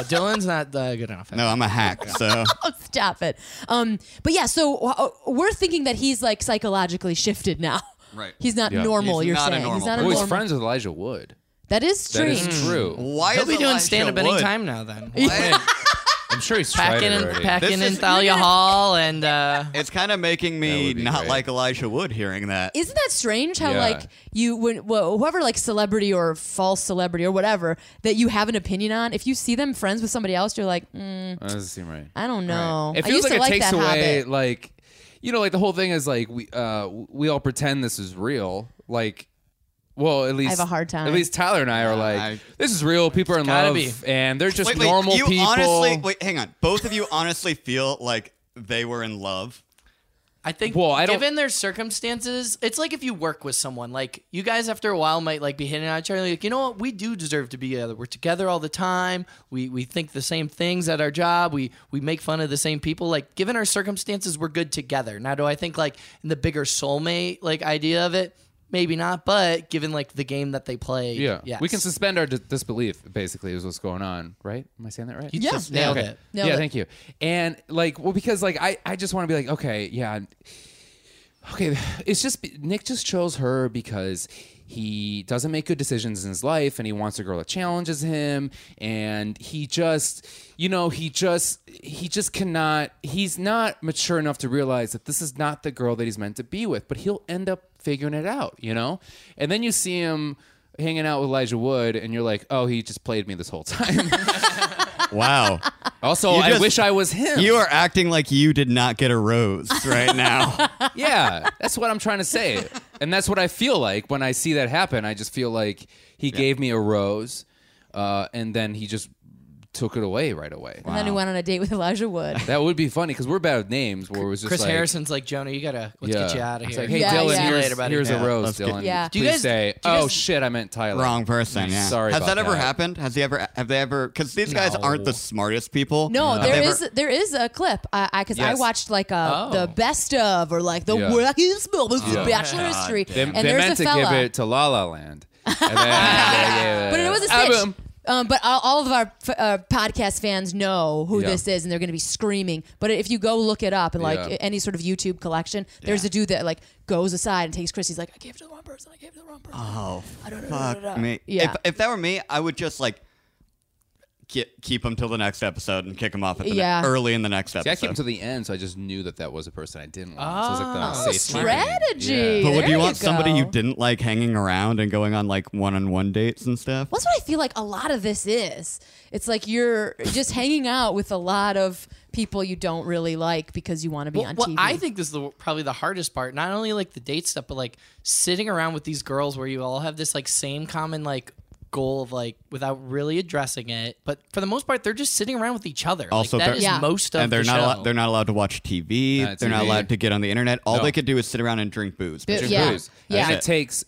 Speaker 4: dylan's not uh, good enough
Speaker 5: no! I'm a hack. So
Speaker 3: Oh, stop it. Um, but yeah, so uh, we're thinking that he's like psychologically shifted now.
Speaker 5: Right.
Speaker 3: He's not
Speaker 2: Yeah.
Speaker 3: normal.
Speaker 5: He's
Speaker 3: you're
Speaker 5: not a
Speaker 3: saying he's
Speaker 5: normal
Speaker 3: not a
Speaker 2: Well, Oh, he's
Speaker 3: normal.
Speaker 2: friends with Elijah Wood.
Speaker 3: That is
Speaker 2: That
Speaker 3: true.
Speaker 2: is true.
Speaker 5: why
Speaker 4: he'll
Speaker 5: is
Speaker 4: be doing
Speaker 5: Elijah
Speaker 4: stand-up
Speaker 5: Wood-
Speaker 4: anytime now then
Speaker 2: I'm sure he's tried it
Speaker 4: packing and
Speaker 2: already.
Speaker 4: packing
Speaker 5: This
Speaker 4: in
Speaker 5: is-
Speaker 4: Thalia Hall and uh,
Speaker 5: It's kind of making
Speaker 2: That
Speaker 5: me
Speaker 2: would be
Speaker 5: not
Speaker 2: great.
Speaker 5: like Elijah Wood hearing that.
Speaker 3: Isn't that strange? How
Speaker 2: Yeah.
Speaker 3: like you when well, whoever like celebrity or false celebrity or whatever that you have an opinion on, if you see them friends with somebody else, you're like, mm,
Speaker 2: That doesn't seem right.
Speaker 3: I don't know.
Speaker 2: It
Speaker 3: Oh. I
Speaker 2: feels
Speaker 3: used
Speaker 2: like
Speaker 3: to
Speaker 2: it
Speaker 3: like
Speaker 2: takes
Speaker 3: that
Speaker 2: away
Speaker 3: habit.
Speaker 2: like you know like the whole thing is like we uh we all pretend this is real like well at least
Speaker 3: have a hard time.
Speaker 2: At least Tyler and I are like
Speaker 5: I-
Speaker 2: this is real. People are in
Speaker 4: gotta
Speaker 2: love
Speaker 4: be.
Speaker 2: and they're just
Speaker 5: wait, wait,
Speaker 2: normal
Speaker 5: you
Speaker 2: people.
Speaker 5: honestly wait, hang on. Both of you honestly feel like they were in love.
Speaker 4: I think
Speaker 2: Well, I don't-
Speaker 4: given their circumstances, it's like if you work with someone, like you guys after a while might like be hitting on each other, like, you know what, we do deserve to be together. We're together all the time. We we think the same things at our job. We we make fun of the same people. Like given our circumstances, we're good together. Now do I think like in the bigger soulmate like idea of it? Maybe not, but given like the game that they play,
Speaker 2: yeah,
Speaker 4: yes.
Speaker 2: we can suspend our d- disbelief. Basically, is what's going on, right? Am I saying that right?
Speaker 4: You
Speaker 3: Yeah.
Speaker 4: just nailed
Speaker 2: Okay.
Speaker 4: it.
Speaker 3: Nailed
Speaker 2: yeah,
Speaker 3: it.
Speaker 2: thank you. And like, well, because like I, I just want to be like, okay, yeah, I'm- okay. It's just Nick just chose her because he doesn't make good decisions in his life, and he wants a girl that challenges him, and he just, you know, he just, he just cannot. He's not mature enough to realize that this is not the girl that he's meant to be with. But he'll end up figuring it out, you know. And then you see him. Hanging out with Elijah Wood, and you're like, oh, he just played me this whole time.
Speaker 5: Wow.
Speaker 2: Also,
Speaker 5: You
Speaker 2: I
Speaker 5: just-
Speaker 2: wish I was him.
Speaker 5: you are acting like you did not get a rose right now.
Speaker 2: yeah, that's what I'm trying to say. and that's what I feel like when I see that happen. I just feel like he gave me a rose, uh, and then he just took it away right away.
Speaker 3: And then he went on a date with Elijah Wood.
Speaker 2: That would be funny because we're bad with names. Where it was just
Speaker 4: Chris
Speaker 2: like,
Speaker 4: Harrison's like Jonah, you gotta let's get you out of
Speaker 2: It's
Speaker 4: here.
Speaker 2: like, hey, Dylan,
Speaker 3: Yeah, yeah.
Speaker 4: See you
Speaker 2: here's,
Speaker 4: later, buddy.
Speaker 2: here's
Speaker 5: Yeah,
Speaker 2: a rose,
Speaker 5: let's get-
Speaker 2: Dylan.
Speaker 3: Yeah. Do
Speaker 2: Please
Speaker 4: you guys-
Speaker 2: say,
Speaker 4: do you guys-
Speaker 2: oh shit, I meant Tyler.
Speaker 5: Wrong person. Yeah.
Speaker 2: Sorry
Speaker 5: Has
Speaker 2: about
Speaker 5: that ever
Speaker 2: that.
Speaker 5: happened? Has he ever? Have they ever? Because these guys aren't the smartest people.
Speaker 3: No,
Speaker 5: Have
Speaker 3: there
Speaker 5: they
Speaker 3: is
Speaker 5: ever-
Speaker 3: there is a clip. I I, because I
Speaker 2: Yes.
Speaker 3: watched like uh
Speaker 4: Oh.
Speaker 3: the best of or like the
Speaker 2: Yeah.
Speaker 3: wackiest moments of
Speaker 2: Yeah.
Speaker 3: Bachelor history,
Speaker 2: They,
Speaker 3: and
Speaker 2: they
Speaker 3: there's
Speaker 2: meant
Speaker 3: a
Speaker 2: to
Speaker 3: fella.
Speaker 2: give it to La La Land. And then they gave
Speaker 3: but it was a
Speaker 2: Ah,
Speaker 3: stitch.
Speaker 2: boom.
Speaker 3: Um, but all, all of our f- uh, podcast fans know who
Speaker 2: Yeah.
Speaker 3: this is, and they're going to be screaming. But if you go look it up and like
Speaker 2: Yeah.
Speaker 3: any sort of YouTube collection, there's a dude that like goes aside and takes Chris. He's like, I gave it to the wrong person. I gave it to the wrong person.
Speaker 5: Oh,
Speaker 3: I don't know.
Speaker 5: fuck me.
Speaker 3: Yeah.
Speaker 5: If, if that were me, I would just like get, keep him till the next episode and kick him off at the ne-
Speaker 3: Yeah.
Speaker 5: early in the next
Speaker 2: See,
Speaker 5: episode.
Speaker 2: I kept him to the end, so I just knew that that was a person I didn't like. so it was like the
Speaker 4: Oh,
Speaker 2: safe
Speaker 3: strategy.
Speaker 2: Yeah.
Speaker 5: but would
Speaker 3: There
Speaker 5: you
Speaker 3: you
Speaker 5: want somebody you
Speaker 3: go.
Speaker 5: didn't like hanging around and going on like one-on-one dates and stuff?
Speaker 3: Well, that's what I feel like a lot of this is. It's like you're just hanging out with a lot of people you don't really like because you want to be
Speaker 4: Well,
Speaker 3: on
Speaker 4: well,
Speaker 3: TV.
Speaker 4: I think this is the, probably the hardest part. Not only like the date stuff, but like sitting around with these girls where you all have this like same common like goal of like without really addressing it. But for the most part, they're just sitting around with each other.
Speaker 5: Also,
Speaker 4: like,
Speaker 5: they're-
Speaker 4: that is
Speaker 3: Yeah.
Speaker 4: most of
Speaker 5: and they're
Speaker 4: the
Speaker 5: not
Speaker 4: show.
Speaker 5: allowed, they're not allowed to watch TV.
Speaker 2: Not
Speaker 5: they're not
Speaker 2: TV.
Speaker 5: allowed to get on the internet. All
Speaker 2: Uh, No.
Speaker 5: they could do is sit around and drink booze.
Speaker 3: Boo-
Speaker 5: Just
Speaker 3: Yeah.
Speaker 2: booze.
Speaker 3: Yeah.
Speaker 2: And it takes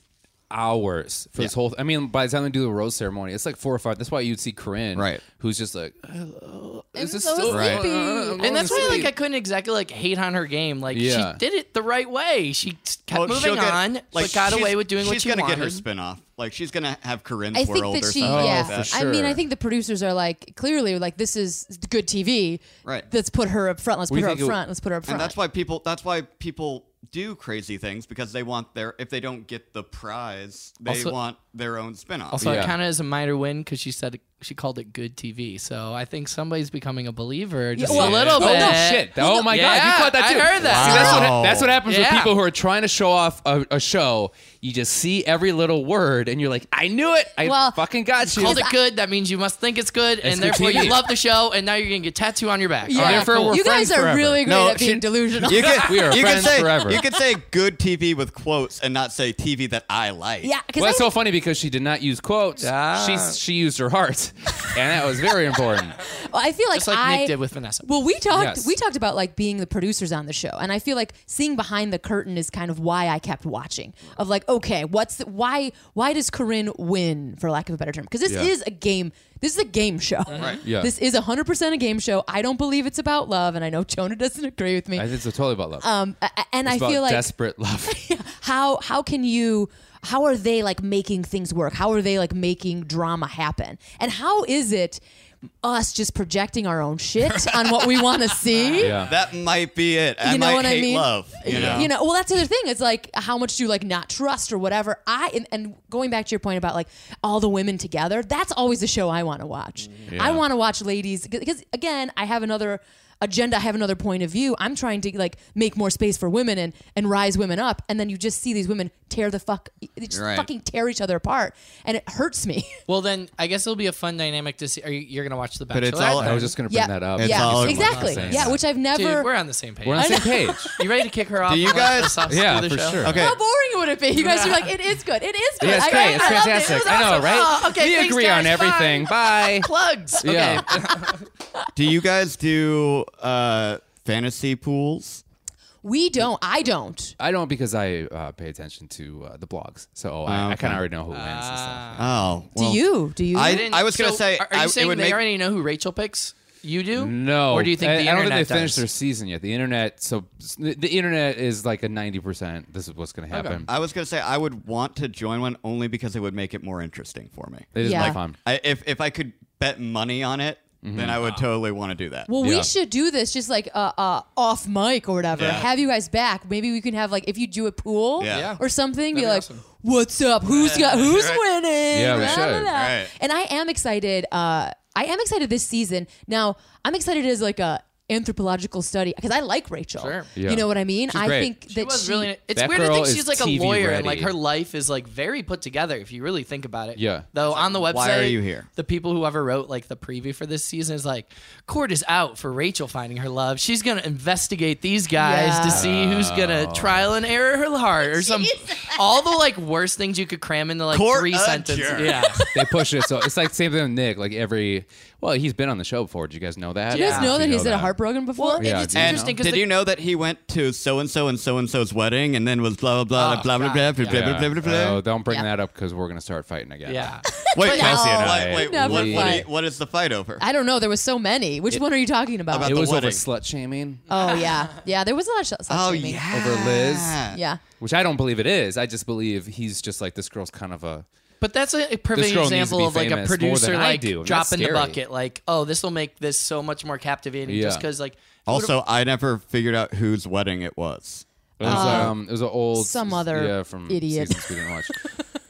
Speaker 2: hours for this whole I mean, by the time they do the rose ceremony, it's like four or five. That's why you'd see Corinne,
Speaker 5: Right.
Speaker 2: who's just like, hello. Is
Speaker 3: so
Speaker 5: Right.
Speaker 3: sleepy.
Speaker 4: and that's why, like, I couldn't exactly like hate on her game. Like,
Speaker 2: Yeah.
Speaker 4: she did it the right way. She t- kept
Speaker 5: Well,
Speaker 4: moving
Speaker 5: she'll get-
Speaker 4: on, but got
Speaker 5: she's-
Speaker 4: away with doing what
Speaker 5: she's
Speaker 4: she
Speaker 5: gonna
Speaker 4: wanted.
Speaker 5: get her spin-off. Like she's gonna have Corinne's
Speaker 3: I
Speaker 5: World
Speaker 3: think that
Speaker 5: or
Speaker 3: she,
Speaker 5: something.
Speaker 3: yeah.
Speaker 5: like that.
Speaker 2: Oh, for
Speaker 3: I mean, I
Speaker 2: sure.
Speaker 3: think the producers are like clearly like this is good TV.
Speaker 5: Right.
Speaker 3: Let's put her up front. Let's
Speaker 2: What
Speaker 3: put
Speaker 2: do
Speaker 3: her
Speaker 2: you
Speaker 3: up
Speaker 2: think it-
Speaker 3: front. Let's put her up front.
Speaker 5: And that's why people. That's why people do crazy things because they want their. If they don't get the prize, they
Speaker 4: Also-
Speaker 5: want their own spinoff.
Speaker 4: Also,
Speaker 2: Yeah.
Speaker 4: it kind of is a minor win because she said it, she called it good TV. So I think somebody's becoming a believer just
Speaker 3: well,
Speaker 4: a little
Speaker 2: Oh
Speaker 4: bit.
Speaker 2: no! Shit! Oh my god! You
Speaker 4: Yeah,
Speaker 2: caught that
Speaker 4: I
Speaker 2: too.
Speaker 4: heard that.
Speaker 2: See, that's
Speaker 5: Wow.
Speaker 2: what that's what happens with
Speaker 4: Yeah.
Speaker 2: people who are trying to show off a, a show. You just see every little word, and you're like, "I knew it! I
Speaker 3: Well,
Speaker 2: fucking got you."
Speaker 4: Called it good. That means you must think it's good, and
Speaker 2: good
Speaker 4: therefore
Speaker 2: TV.
Speaker 4: you love the show, and now you're gonna get tattoo on your back.
Speaker 3: yeah,
Speaker 4: All right,
Speaker 2: therefore
Speaker 4: cool.
Speaker 2: we're
Speaker 3: you guys
Speaker 2: friends
Speaker 3: are
Speaker 2: forever.
Speaker 3: really great
Speaker 5: No,
Speaker 3: at being
Speaker 5: she-
Speaker 3: delusional.
Speaker 5: You can,
Speaker 2: We are
Speaker 5: you can
Speaker 2: friends
Speaker 5: say,
Speaker 2: forever.
Speaker 5: You can say good TV with quotes and not say TV that I like.
Speaker 3: yeah, because
Speaker 2: Well, that's so funny because she did not use quotes.
Speaker 4: Ah.
Speaker 2: She she used her heart, and that was very important.
Speaker 3: I, I feel like,
Speaker 4: Just like
Speaker 3: I
Speaker 4: Nick did with Vanessa.
Speaker 3: Well, we talked
Speaker 2: Yes.
Speaker 3: we talked about like being the producers on the show, and I feel like seeing behind the curtain is kind of why I kept watching. Of like, okay, what's the, why why does Corinne win for lack of a better term? Because this
Speaker 2: Yeah.
Speaker 3: is a game. This is a game show.
Speaker 5: Right.
Speaker 2: Yeah.
Speaker 3: This is hundred percent a game show. I don't believe it's about love, and I know Jonah doesn't agree with me.
Speaker 2: I think it's totally about love.
Speaker 3: um, a- a- and
Speaker 2: it's
Speaker 3: I
Speaker 2: about
Speaker 3: feel like
Speaker 2: desperate love.
Speaker 3: how how can you how are they like making things work how are they like making drama happen and how is it us just projecting our own shit on what we want to see
Speaker 2: Yeah.
Speaker 5: That might be it. I
Speaker 3: You know
Speaker 5: might
Speaker 3: what I
Speaker 5: hate
Speaker 3: mean?
Speaker 5: love. You know?
Speaker 3: you know well that's the other thing it's like how much do you like not trust or whatever i and, and going back to your point about like all the women together that's always the show i want to watch
Speaker 5: Mm-hmm.
Speaker 3: i want to watch ladies because again i have another agenda i have another point of view i'm trying to like make more space for women and and rise women up and then you just see these women tear the fuck they just
Speaker 5: Right.
Speaker 3: fucking tear each other apart and it hurts me
Speaker 4: Well, then I guess it'll be a fun dynamic to see. Are you, you're gonna watch the Bachelor?
Speaker 5: But it's all-
Speaker 2: I was just gonna bring
Speaker 3: yeah
Speaker 2: that up.
Speaker 5: It's
Speaker 3: yeah
Speaker 5: all-
Speaker 3: exactly
Speaker 2: Saying
Speaker 3: yeah
Speaker 2: that.
Speaker 3: which i've
Speaker 4: Dude,
Speaker 3: never
Speaker 4: we're on the same page.
Speaker 2: We're on the same page.
Speaker 4: you ready to kick her off?
Speaker 5: Do you
Speaker 4: and let
Speaker 5: guys-
Speaker 4: us off
Speaker 2: Yeah,
Speaker 4: through the
Speaker 2: for
Speaker 4: show?
Speaker 2: sure.
Speaker 5: Okay.
Speaker 3: how boring would it be? You guys are like, it is good. It is good.
Speaker 2: Yeah, it's
Speaker 3: I,
Speaker 2: great. It's
Speaker 3: I loved it. It
Speaker 2: fantastic.
Speaker 3: was
Speaker 2: I know,
Speaker 3: awesome.
Speaker 2: right?
Speaker 3: Oh, okay,
Speaker 2: we
Speaker 3: thanks,
Speaker 2: agree
Speaker 3: guys.
Speaker 2: on
Speaker 3: Bye.
Speaker 2: everything. Bye.
Speaker 4: Plugs. Okay.
Speaker 2: Yeah.
Speaker 5: Do you guys do uh, fantasy pools?
Speaker 3: We don't. I don't.
Speaker 2: I don't because I uh, pay attention to uh, the blogs, so I, I kind of already know who wins and
Speaker 4: Ah.
Speaker 2: stuff.
Speaker 5: Oh, well,
Speaker 3: do you? Do you?
Speaker 5: I-
Speaker 4: Didn't-
Speaker 5: was gonna
Speaker 4: so
Speaker 5: say,
Speaker 4: Are, are you
Speaker 5: I- it
Speaker 4: saying
Speaker 5: would
Speaker 4: they
Speaker 5: make-
Speaker 4: already know who Rachel picks? You do?
Speaker 2: No,
Speaker 4: Or do you think
Speaker 2: I,
Speaker 4: the
Speaker 2: I
Speaker 4: internet
Speaker 2: don't think they
Speaker 4: does?
Speaker 2: finished their season yet. The internet, so the the internet is like a ninety percent. This is what's going to happen.
Speaker 4: Uh,
Speaker 5: I was gonna say I would want to join one only because it would make it more interesting for me.
Speaker 2: It is
Speaker 3: Yeah.
Speaker 2: my fun.
Speaker 5: I, if if I could bet money on it,
Speaker 2: Mm-hmm.
Speaker 5: then I would totally want to do that.
Speaker 3: well, we
Speaker 2: Yeah.
Speaker 3: should do this just like uh, uh, off mic or whatever.
Speaker 5: Yeah.
Speaker 3: Have you guys back? Maybe we can have like if you do a pool
Speaker 5: Yeah. Yeah.
Speaker 3: or something, be
Speaker 4: That'd be
Speaker 3: like,
Speaker 4: awesome.
Speaker 3: "What's up? Who's got? Who's winning?"
Speaker 2: Yeah, we
Speaker 3: Blah,
Speaker 2: should.
Speaker 3: blah, blah.
Speaker 5: Right.
Speaker 3: And I am excited. Uh, I am excited this season. Now, I'm excited as like a anthropological study because I like Rachel.
Speaker 4: Sure.
Speaker 2: Yeah.
Speaker 3: You know what I mean?
Speaker 2: She's
Speaker 3: I
Speaker 2: great.
Speaker 3: think
Speaker 4: She
Speaker 3: that
Speaker 4: was
Speaker 3: she-
Speaker 4: really. It's
Speaker 2: That
Speaker 4: weird to
Speaker 2: girl
Speaker 4: think
Speaker 2: is
Speaker 4: she's like a
Speaker 2: TV
Speaker 4: lawyer and like
Speaker 2: ready.
Speaker 4: her life is like very put together if you really think about it.
Speaker 2: Yeah.
Speaker 4: Though on the website,
Speaker 5: why are you here?
Speaker 4: The people who ever wrote like the preview for this season is like, court is out for Rachel finding her love. She's gonna investigate these guys
Speaker 3: Yeah.
Speaker 2: Oh.
Speaker 4: to see who's gonna trial and error her heart or some all the like worst things you could cram into like
Speaker 5: Court
Speaker 4: three sentences.
Speaker 5: adjourned.
Speaker 4: Yeah.
Speaker 2: they push it. So it's like same thing with Nick. Like every well, he's been on the show before. Did you guys know that?
Speaker 3: Do you guys
Speaker 4: Yeah.
Speaker 3: know
Speaker 2: We
Speaker 3: that he's been a heartbroken before?
Speaker 4: Well,
Speaker 2: Yeah,
Speaker 4: it's
Speaker 2: do you know?
Speaker 4: interesting because
Speaker 5: Did you know that he went to so and so and so and so's wedding and then was blah blah blah
Speaker 4: Oh,
Speaker 5: blah blah blah
Speaker 4: God,
Speaker 5: blah blah
Speaker 2: Yeah.
Speaker 5: blah blah blah?
Speaker 2: Oh, don't bring
Speaker 3: Yeah.
Speaker 2: that up because we're gonna start fighting again.
Speaker 4: yeah.
Speaker 5: Wait,
Speaker 2: Kelsey and
Speaker 3: No.
Speaker 2: I.
Speaker 5: wait,
Speaker 3: Never
Speaker 5: wait, what, what,
Speaker 3: fight.
Speaker 5: what is the fight over?
Speaker 3: I don't know. There was so many. Which one are you talking about?
Speaker 5: About
Speaker 2: It
Speaker 5: the
Speaker 2: was over
Speaker 5: wedding.
Speaker 2: slut shaming.
Speaker 3: oh yeah, yeah. There was a lot of sh-
Speaker 5: oh
Speaker 3: slut-shaming.
Speaker 5: yeah,
Speaker 2: Over Liz.
Speaker 3: yeah.
Speaker 2: Which I don't believe it is. I just believe he's just like this girl's kind of a
Speaker 4: But that's a a
Speaker 2: This
Speaker 4: perfect
Speaker 2: girl needs to be
Speaker 4: example of like a
Speaker 2: famous more
Speaker 4: producer
Speaker 2: than I
Speaker 4: like
Speaker 2: do, and that's
Speaker 4: dropping the
Speaker 2: scary.
Speaker 4: bucket. Like, oh, this will make this so much more captivating
Speaker 2: Yeah.
Speaker 4: just because like
Speaker 5: Also, I never figured out whose wedding it was.
Speaker 2: it was, um, it was an old
Speaker 3: Uh, some other
Speaker 2: yeah from
Speaker 3: idiot.
Speaker 2: seasons we didn't watch.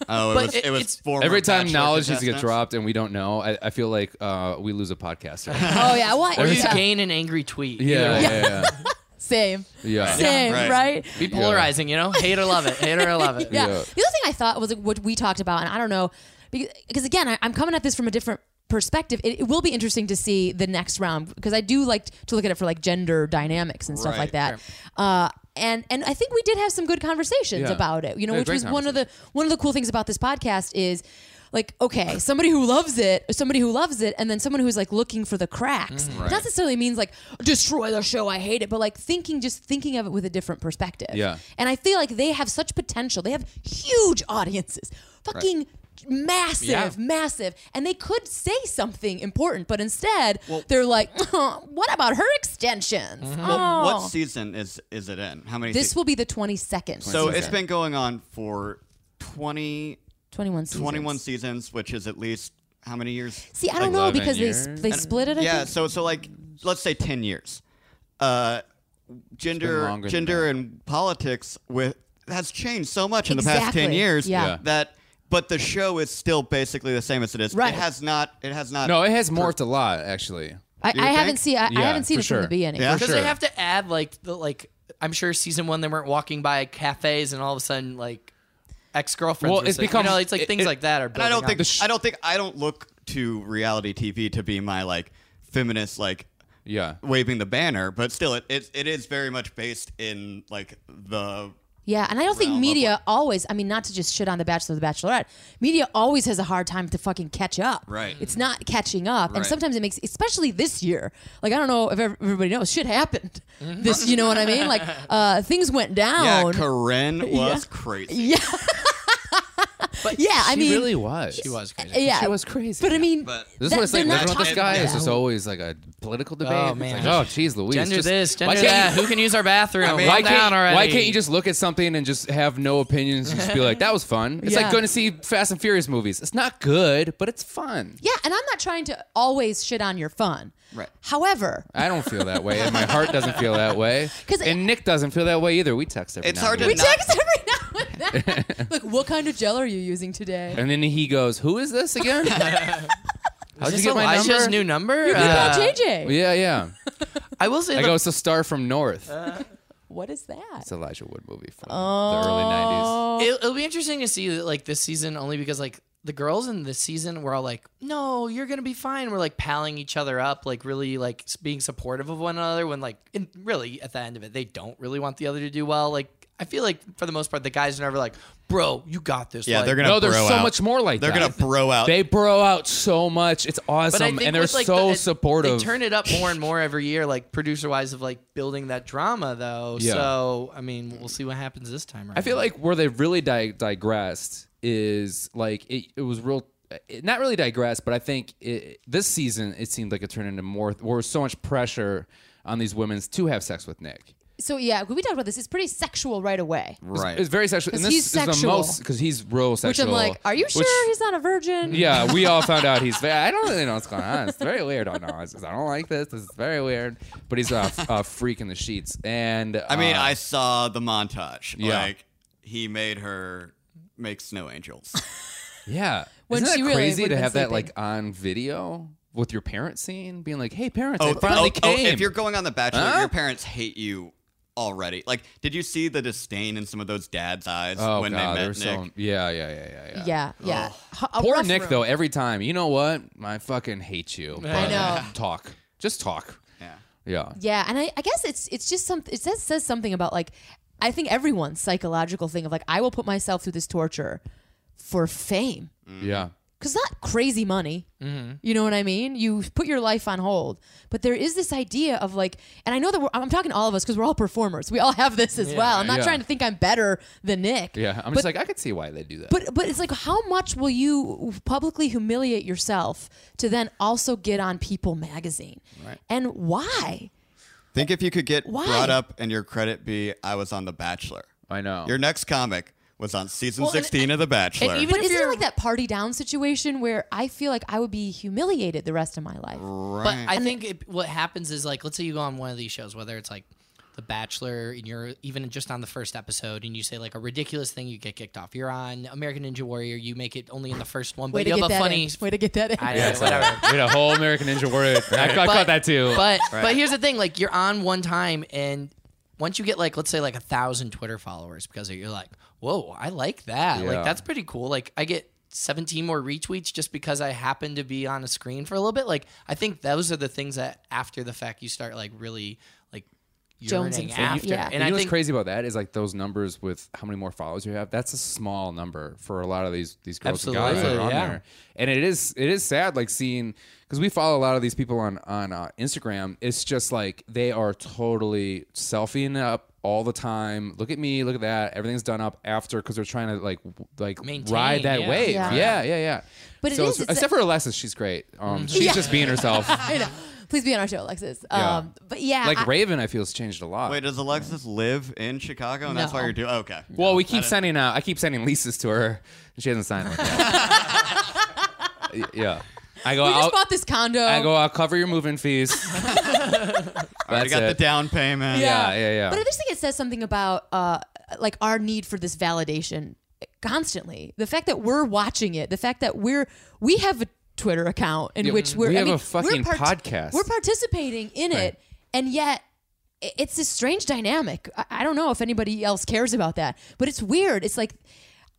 Speaker 5: Oh, it
Speaker 4: But
Speaker 5: was.
Speaker 4: it-
Speaker 5: It, was
Speaker 4: it's-
Speaker 5: former
Speaker 2: Every time
Speaker 5: Bachelor
Speaker 2: knowledge needs to get
Speaker 5: contestants.
Speaker 2: dropped and we don't know, I, I feel like uh, we lose a podcaster.
Speaker 3: Oh yeah. What?
Speaker 4: or you
Speaker 3: Yeah.
Speaker 4: gain an angry tweet. Either
Speaker 2: yeah, yeah,
Speaker 4: way.
Speaker 2: yeah,
Speaker 3: Same.
Speaker 2: yeah. yeah.
Speaker 3: Same.
Speaker 5: right.
Speaker 3: right.
Speaker 4: Be polarizing, you know? Hate or love it. Hate or love it.
Speaker 3: Yeah.
Speaker 2: Yeah.
Speaker 3: The other thing I thought was like, what we talked about, and I don't know, because, because again, I, I'm coming at this from a different perspective. It, it will be interesting to see the next round because I do like to look at it for like gender dynamics and stuff
Speaker 5: Right.
Speaker 3: like that. Uh, and and I think we did have some good conversations
Speaker 2: Yeah.
Speaker 3: about it. You know,
Speaker 2: Yeah,
Speaker 3: which
Speaker 2: great
Speaker 3: was one of the one of the cool things about this podcast is. Like okay, somebody who loves it, somebody who loves it, and then someone who's like looking for the
Speaker 2: Mm,
Speaker 3: cracks. It Not necessarily means like destroy the show, I hate it, but like thinking, just thinking of it with a different perspective.
Speaker 2: Yeah.
Speaker 3: And I feel like they have such potential. They have huge audiences, fucking massive,
Speaker 2: Yeah.
Speaker 3: massive. And they could say something important, but instead they're like, what about her extensions?
Speaker 5: Well,
Speaker 3: Oh.
Speaker 5: Mm-hmm. what season is is it in? How many?
Speaker 3: this
Speaker 5: se-
Speaker 3: will be the 22nd.
Speaker 5: so
Speaker 3: season.
Speaker 5: it's been going on for 20,
Speaker 3: 21 seasons.
Speaker 5: 21 seasons, which is at least how many years?
Speaker 3: See, I don't know
Speaker 2: 11
Speaker 3: because they,
Speaker 2: years.
Speaker 3: sp- they split it. I
Speaker 5: yeah
Speaker 3: think.
Speaker 5: so so like let's say 10 years uh gender
Speaker 2: longer than
Speaker 5: gender and politics with has changed so much in the past 10
Speaker 3: Exactly.
Speaker 5: years
Speaker 3: Yeah. Yeah.
Speaker 5: that but the show is still basically the same as it is
Speaker 3: Right.
Speaker 5: it has not it has not
Speaker 2: No, it has morphed a lot actually.
Speaker 3: I,
Speaker 5: you
Speaker 3: I haven't
Speaker 5: think?
Speaker 3: seen. I, I
Speaker 2: Yeah,
Speaker 3: haven't seen
Speaker 2: for
Speaker 3: it from the
Speaker 2: sure.
Speaker 3: beginning.
Speaker 5: Yeah.
Speaker 4: Because
Speaker 2: Sure.
Speaker 4: they have to add like the like I'm sure season one they weren't walking by cafes and all of a sudden like ex girlfriends.
Speaker 2: Well, it's become-
Speaker 4: you know, it's like
Speaker 2: it-
Speaker 4: things
Speaker 2: it-
Speaker 4: like that are.
Speaker 5: and i don't think
Speaker 2: The sh-
Speaker 5: i don't think i don't look to reality tv to be my like feminist like
Speaker 2: Yeah.
Speaker 5: waving the banner but still it it, it is very much based in like the
Speaker 3: Yeah, and I don't think
Speaker 5: realm of
Speaker 3: media always. I mean, not to just shit on the Bachelor, or the Bachelorette. Media always has a hard time to fucking catch up.
Speaker 5: Right.
Speaker 3: It's not catching up, and
Speaker 5: Right.
Speaker 3: sometimes it makes, especially this year. Like I don't know if ev- everybody knows, shit happened. This, you know what I mean? Like uh, things went
Speaker 5: yeah
Speaker 3: down.
Speaker 5: Corinne was crazy
Speaker 4: But
Speaker 3: Yeah, I
Speaker 2: she
Speaker 3: mean,
Speaker 2: really was.
Speaker 4: she was crazy.
Speaker 3: Yeah,
Speaker 2: She was crazy.
Speaker 3: But I mean,
Speaker 5: But-
Speaker 2: This is
Speaker 3: that-
Speaker 2: what it's like
Speaker 3: they're
Speaker 2: living
Speaker 3: not
Speaker 2: with this
Speaker 3: talking
Speaker 2: guy.
Speaker 3: about
Speaker 2: Is
Speaker 3: that.
Speaker 2: just always like a political debate.
Speaker 4: Oh,
Speaker 2: It's
Speaker 4: man.
Speaker 2: like, oh, geez, Louise.
Speaker 4: Gender
Speaker 2: just-
Speaker 4: this,
Speaker 2: why
Speaker 4: gender
Speaker 2: can't
Speaker 4: that.
Speaker 2: you-
Speaker 4: Who can use our bathroom?
Speaker 5: mean,
Speaker 2: Why
Speaker 4: Calm down
Speaker 2: can't,
Speaker 4: already.
Speaker 2: why can't you just look at something and just have no opinions and just be like, that was fun? It's
Speaker 3: Yeah.
Speaker 2: like going to see Fast and Furious movies. It's not good, but it's fun.
Speaker 3: Yeah, and I'm not trying to always shit on your fun.
Speaker 5: Right.
Speaker 3: However,
Speaker 2: I don't feel that way, and my heart doesn't feel that way.
Speaker 3: 'Cause-
Speaker 2: And Nick doesn't feel that way either. We text every
Speaker 5: It's
Speaker 2: now
Speaker 5: hard
Speaker 2: and
Speaker 5: to-
Speaker 3: we
Speaker 2: again.
Speaker 5: Not-
Speaker 3: text every now and then. like, what kind of gel are you using today?
Speaker 2: And then he goes, "Who is this again? How'd
Speaker 4: Is
Speaker 2: you
Speaker 4: this
Speaker 2: get my
Speaker 4: Elijah's
Speaker 2: number?"
Speaker 4: new number?
Speaker 3: What about
Speaker 4: Uh,
Speaker 3: JJ?
Speaker 2: yeah, yeah.
Speaker 4: I will say.
Speaker 2: I
Speaker 4: the-
Speaker 2: go, "It's a star from North."
Speaker 3: What is that?
Speaker 2: It's Elijah Wood movie from the early '90s.
Speaker 4: It, will be interesting to see like this season only because like the girls in this season were all like, "No, you're gonna be fine." We're like palling each other up, like really like s- being supportive of one another. When like in, really at the end of it, they don't really want the other to do well. Like I feel like for the most part, the guys are never like, "Bro, you got this."
Speaker 5: yeah
Speaker 4: like-
Speaker 5: they're gonna
Speaker 2: No, there's
Speaker 5: bro
Speaker 2: so
Speaker 5: out.
Speaker 2: much more like
Speaker 5: they're
Speaker 2: that.
Speaker 5: gonna bro out
Speaker 2: They bro out so much. It's
Speaker 4: But I
Speaker 2: awesome,
Speaker 4: think
Speaker 2: and they're
Speaker 4: with, like,
Speaker 2: so
Speaker 4: the-
Speaker 2: supportive.
Speaker 4: They turn it up more and more every year, like producer wise, of like building that drama though.
Speaker 2: Yeah.
Speaker 4: So I mean, we'll see what happens this time. Around.
Speaker 2: I feel like where they really di- digressed is like it, it was real. It, not really digressed, but I think it, this season it seemed like it turned into more. Where there was so much pressure on these women to have sex with Nick.
Speaker 3: So yeah, we talked about this. It's pretty sexual right away.
Speaker 5: right
Speaker 2: It's very sexual.
Speaker 3: 'Cause
Speaker 2: And this
Speaker 3: he's
Speaker 2: is the
Speaker 3: sexual.
Speaker 2: most because he's real
Speaker 3: Which
Speaker 2: sexual.
Speaker 3: I'm like, are you
Speaker 2: which-
Speaker 3: sure he's not a virgin?
Speaker 2: yeah, we all found out he's. ve- I don't really know what's going on. It's very weird. I don't know. It's just- I don't like this. This is very weird. But he's a, a freak in the sheets. And
Speaker 5: I mean,
Speaker 2: uh,
Speaker 5: I saw the montage.
Speaker 2: yeah.
Speaker 5: Like he made her make snow angels.
Speaker 2: Yeah.
Speaker 3: When
Speaker 2: Isn't
Speaker 3: she
Speaker 2: that
Speaker 3: really
Speaker 2: crazy to
Speaker 3: would've been
Speaker 2: have that
Speaker 3: sleeping.
Speaker 2: like on video with your parents seeing, being like, "Hey, parents, I finally came."
Speaker 5: Oh, if you're going on the Bachelor,
Speaker 2: Huh?
Speaker 5: your parents hate you already. Like, did you see the disdain in some of those dads' eyes
Speaker 2: oh
Speaker 5: when
Speaker 2: god,
Speaker 5: they
Speaker 2: they're
Speaker 5: met Nick?
Speaker 2: so yeah, yeah, yeah, yeah, yeah.
Speaker 3: yeah, yeah. H- a
Speaker 2: Poor
Speaker 3: rough
Speaker 2: Nick
Speaker 3: room.
Speaker 2: though. Every time, you know what? I fucking hate you. but
Speaker 3: know.
Speaker 2: Talk, just talk.
Speaker 5: yeah.
Speaker 2: Yeah.
Speaker 3: Yeah, and I, I guess it's it's just something. It says says something about like I think everyone's psychological thing of like, I will put myself through this torture for fame.
Speaker 5: Mm-hmm.
Speaker 2: Yeah.
Speaker 3: Because not crazy money.
Speaker 2: Mm-hmm.
Speaker 3: You know what I mean? You put your life on hold. But there is this idea of like, and I know that we're, I'm talking to all of us because we're all performers. We all have this as well. I'm not
Speaker 2: Yeah.
Speaker 3: trying to think I'm better than Nick.
Speaker 2: Yeah. I'm
Speaker 3: but
Speaker 2: just like, I could see why they do that.
Speaker 3: but but it's like how much will you publicly humiliate yourself to then also get on People magazine? Right. And why?
Speaker 5: Think if you could get
Speaker 3: Why?
Speaker 5: brought up and your credit be I was on The Bachelor.
Speaker 2: I know.
Speaker 5: Your next comic was on season
Speaker 4: Well, and-
Speaker 5: 16 of The Bachelor.
Speaker 4: even
Speaker 3: But
Speaker 4: if
Speaker 3: isn't it
Speaker 4: you're-
Speaker 3: like that party down situation where I feel like I would be humiliated the rest of my life?
Speaker 4: But
Speaker 5: right.
Speaker 4: I think it, what happens is like, let's say you go on one of these shows, whether it's like The Bachelor, and you're even just on the first episode, and you say like a ridiculous thing, you get kicked off. You're on American Ninja Warrior, you make it only in the first one,
Speaker 3: Way
Speaker 4: but
Speaker 3: to
Speaker 4: you
Speaker 3: get
Speaker 4: have a
Speaker 3: that
Speaker 4: funny.
Speaker 3: in. Way to get that in.
Speaker 4: I
Speaker 2: yeah,
Speaker 4: know, whatever.
Speaker 2: We had a whole American Ninja Warrior. I, I caught that too.
Speaker 4: But but here's the thing: like you're on one time, and once you get like let's say like a thousand Twitter followers because of it, you're like, whoa, I like that.
Speaker 2: Yeah.
Speaker 4: Like that's pretty cool. Like I get. 17 more retweets just because I happen to be on a screen for a little bit. Like I think those are the things that after the fact you start like really like
Speaker 3: Jonesing
Speaker 4: yearning
Speaker 3: for.
Speaker 4: after.
Speaker 3: Yeah.
Speaker 4: And
Speaker 2: you
Speaker 4: I
Speaker 2: know what's
Speaker 4: think
Speaker 2: crazy about that is like those numbers with how many more followers you have. That's a small number for a lot of these these girls and guys that
Speaker 4: Absolutely,
Speaker 2: are on
Speaker 4: yeah.
Speaker 2: there. And it is it is sad like seeing because we follow a lot of these people on on uh, Instagram. It's just like they are totally selfieing up all the time. Look at me, look at that. Everything's done up after because they're trying to like w- like
Speaker 4: Maintain,
Speaker 2: ride that
Speaker 4: yeah.
Speaker 2: wave.
Speaker 3: Yeah.
Speaker 2: Yeah, yeah, yeah.
Speaker 3: But it
Speaker 2: so it's-
Speaker 3: is, it's Mm-hmm.
Speaker 2: except for Alessis, she's great. Um, she's
Speaker 3: Yeah.
Speaker 2: just being herself.
Speaker 3: I know. Please be on our show, Alexis.
Speaker 2: Yeah.
Speaker 3: Um, but yeah, I-
Speaker 2: like Raven, I feel has changed a lot.
Speaker 5: Wait, does Alexis live in Chicago? And that's why
Speaker 3: No.
Speaker 5: you're doing. Okay.
Speaker 2: Well, we keep sending. Uh, I keep sending leases to her, and she doesn't sign them. Y- yeah, I go.
Speaker 3: we just
Speaker 2: I'll,
Speaker 3: bought this condo.
Speaker 2: I go. I'll cover your moving fees.
Speaker 5: Already
Speaker 2: That's
Speaker 5: got the
Speaker 2: it.
Speaker 5: down payment.
Speaker 2: Yeah, yeah, yeah.
Speaker 3: But I just think it says something about uh, like our need for this validation constantly. The fact that we're watching it, the fact that we're we have a Twitter account in
Speaker 2: Yeah,
Speaker 3: which we're
Speaker 2: we
Speaker 3: I
Speaker 2: have
Speaker 3: mean,
Speaker 2: a fucking
Speaker 3: we're
Speaker 2: podcast.
Speaker 3: We're participating in it, and yet i- it's this strange dynamic. I, I don't know if anybody else cares about that, but it's weird. It's like.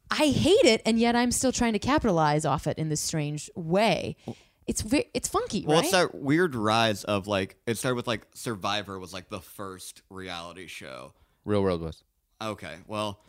Speaker 3: I hate it, and yet I'm still trying to capitalize off it in this strange way. It's ve- it's funky,
Speaker 5: Well,
Speaker 3: right?
Speaker 5: it's that weird rise of like, it started with like Survivor was like the first reality show.
Speaker 2: Real world was.
Speaker 5: Okay. Well,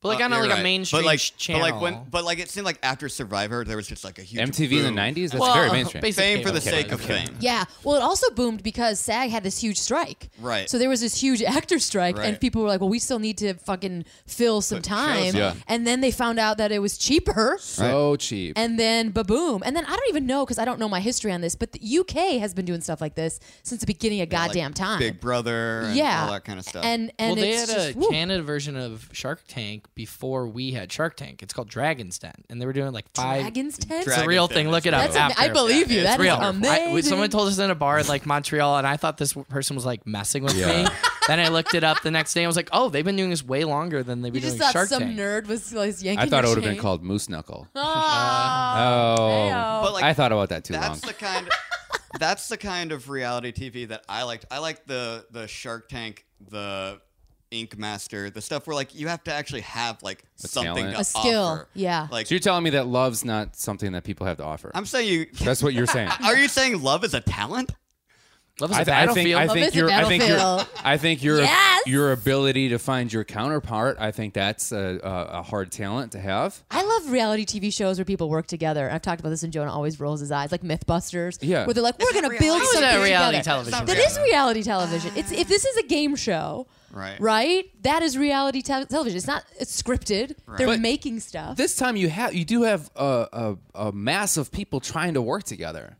Speaker 4: but like
Speaker 5: uh,
Speaker 4: on a,
Speaker 5: you're
Speaker 4: like
Speaker 5: right.
Speaker 4: a mainstream
Speaker 5: but like,
Speaker 4: channel.
Speaker 5: But like, when, but like, it seemed like after Survivor, there was just like a huge
Speaker 2: MTV in the
Speaker 5: boom.
Speaker 2: '90s. That's
Speaker 4: Well,
Speaker 2: very mainstream.
Speaker 4: basically
Speaker 5: Fame for the
Speaker 4: cable
Speaker 5: sake of
Speaker 4: television.
Speaker 5: fame.
Speaker 3: Yeah. Well, it also boomed because SAG had this huge strike.
Speaker 5: Right.
Speaker 3: So there was this huge actor strike, and
Speaker 5: Right.
Speaker 3: people were like, well, we still need to fucking fill some time.
Speaker 5: shows
Speaker 2: Yeah.
Speaker 3: And then they found out that it was cheaper.
Speaker 2: So cheap.
Speaker 3: And then ba-boom. And then I don't even know because I don't know my history on this, but the UK has been doing stuff like this since the beginning of
Speaker 5: Like
Speaker 3: goddamn time.
Speaker 5: Big Brother. And
Speaker 3: yeah.
Speaker 5: All that kind of stuff.
Speaker 3: And and
Speaker 4: well, they had
Speaker 3: it's
Speaker 4: a
Speaker 3: just, woo.
Speaker 4: Canada version of Shark Tank before we had Shark Tank. It's called Dragon's Den, and they were doing like five.
Speaker 3: Dragon's Tent?
Speaker 5: Dra-
Speaker 4: It's a real
Speaker 5: Dragon's Den
Speaker 4: thing.
Speaker 5: is
Speaker 4: Look it up.
Speaker 3: That's am- I
Speaker 4: after.
Speaker 3: believe you.
Speaker 5: it's
Speaker 3: That's
Speaker 4: real. I-
Speaker 3: amazing.
Speaker 4: we- someone told us in a bar in like Montreal, and I thought this w- person was like messing with me. then I looked it up the next day. and I was like, oh, they've been doing this way longer than they've
Speaker 3: you
Speaker 4: been
Speaker 3: just
Speaker 4: doing
Speaker 3: thought
Speaker 4: Shark
Speaker 3: some
Speaker 4: Tank.
Speaker 3: nerd was like, yanking
Speaker 2: I thought it
Speaker 3: your
Speaker 2: would have been
Speaker 3: chain.
Speaker 2: called Moose Knuckle.
Speaker 3: Oh,
Speaker 2: oh,
Speaker 3: Heyo.
Speaker 5: But, like,
Speaker 2: I thought about that too long.
Speaker 5: that's the kind. that's the kind of reality TV that I liked. I like the the Shark Tank, the Ink Master, the stuff where like you have to actually have like something
Speaker 2: talent.
Speaker 5: to
Speaker 3: A skill,
Speaker 5: offer.
Speaker 3: yeah.
Speaker 5: Like
Speaker 2: so you're telling me that love's not something that people have to offer?
Speaker 5: I'm saying, you
Speaker 2: That's what you're saying.
Speaker 5: are you saying love is a talent?
Speaker 4: Love is
Speaker 2: I,
Speaker 4: a
Speaker 2: th- I
Speaker 4: battlefield.
Speaker 2: think I
Speaker 3: Love
Speaker 2: think
Speaker 3: is a
Speaker 2: your I think your
Speaker 3: battlefield.
Speaker 2: I think your
Speaker 3: Yes!
Speaker 2: your ability to find your counterpart. I think that's a, a, a hard talent to have.
Speaker 3: I love reality TV shows where people work together. I've talked about this, and Jonah always rolls his eyes, like MythBusters.
Speaker 2: Yeah.
Speaker 3: where they're like, "We're going to
Speaker 5: reality?
Speaker 3: build
Speaker 5: How
Speaker 4: How is
Speaker 3: something
Speaker 4: that reality
Speaker 3: together."
Speaker 4: television?
Speaker 3: That is reality television. It's if this is a game show,
Speaker 5: Right.
Speaker 3: Right, that is reality te- television. It's not it's scripted. They're
Speaker 2: But
Speaker 3: making stuff.
Speaker 2: This time you have you do have a, a, a mass of people trying to work together,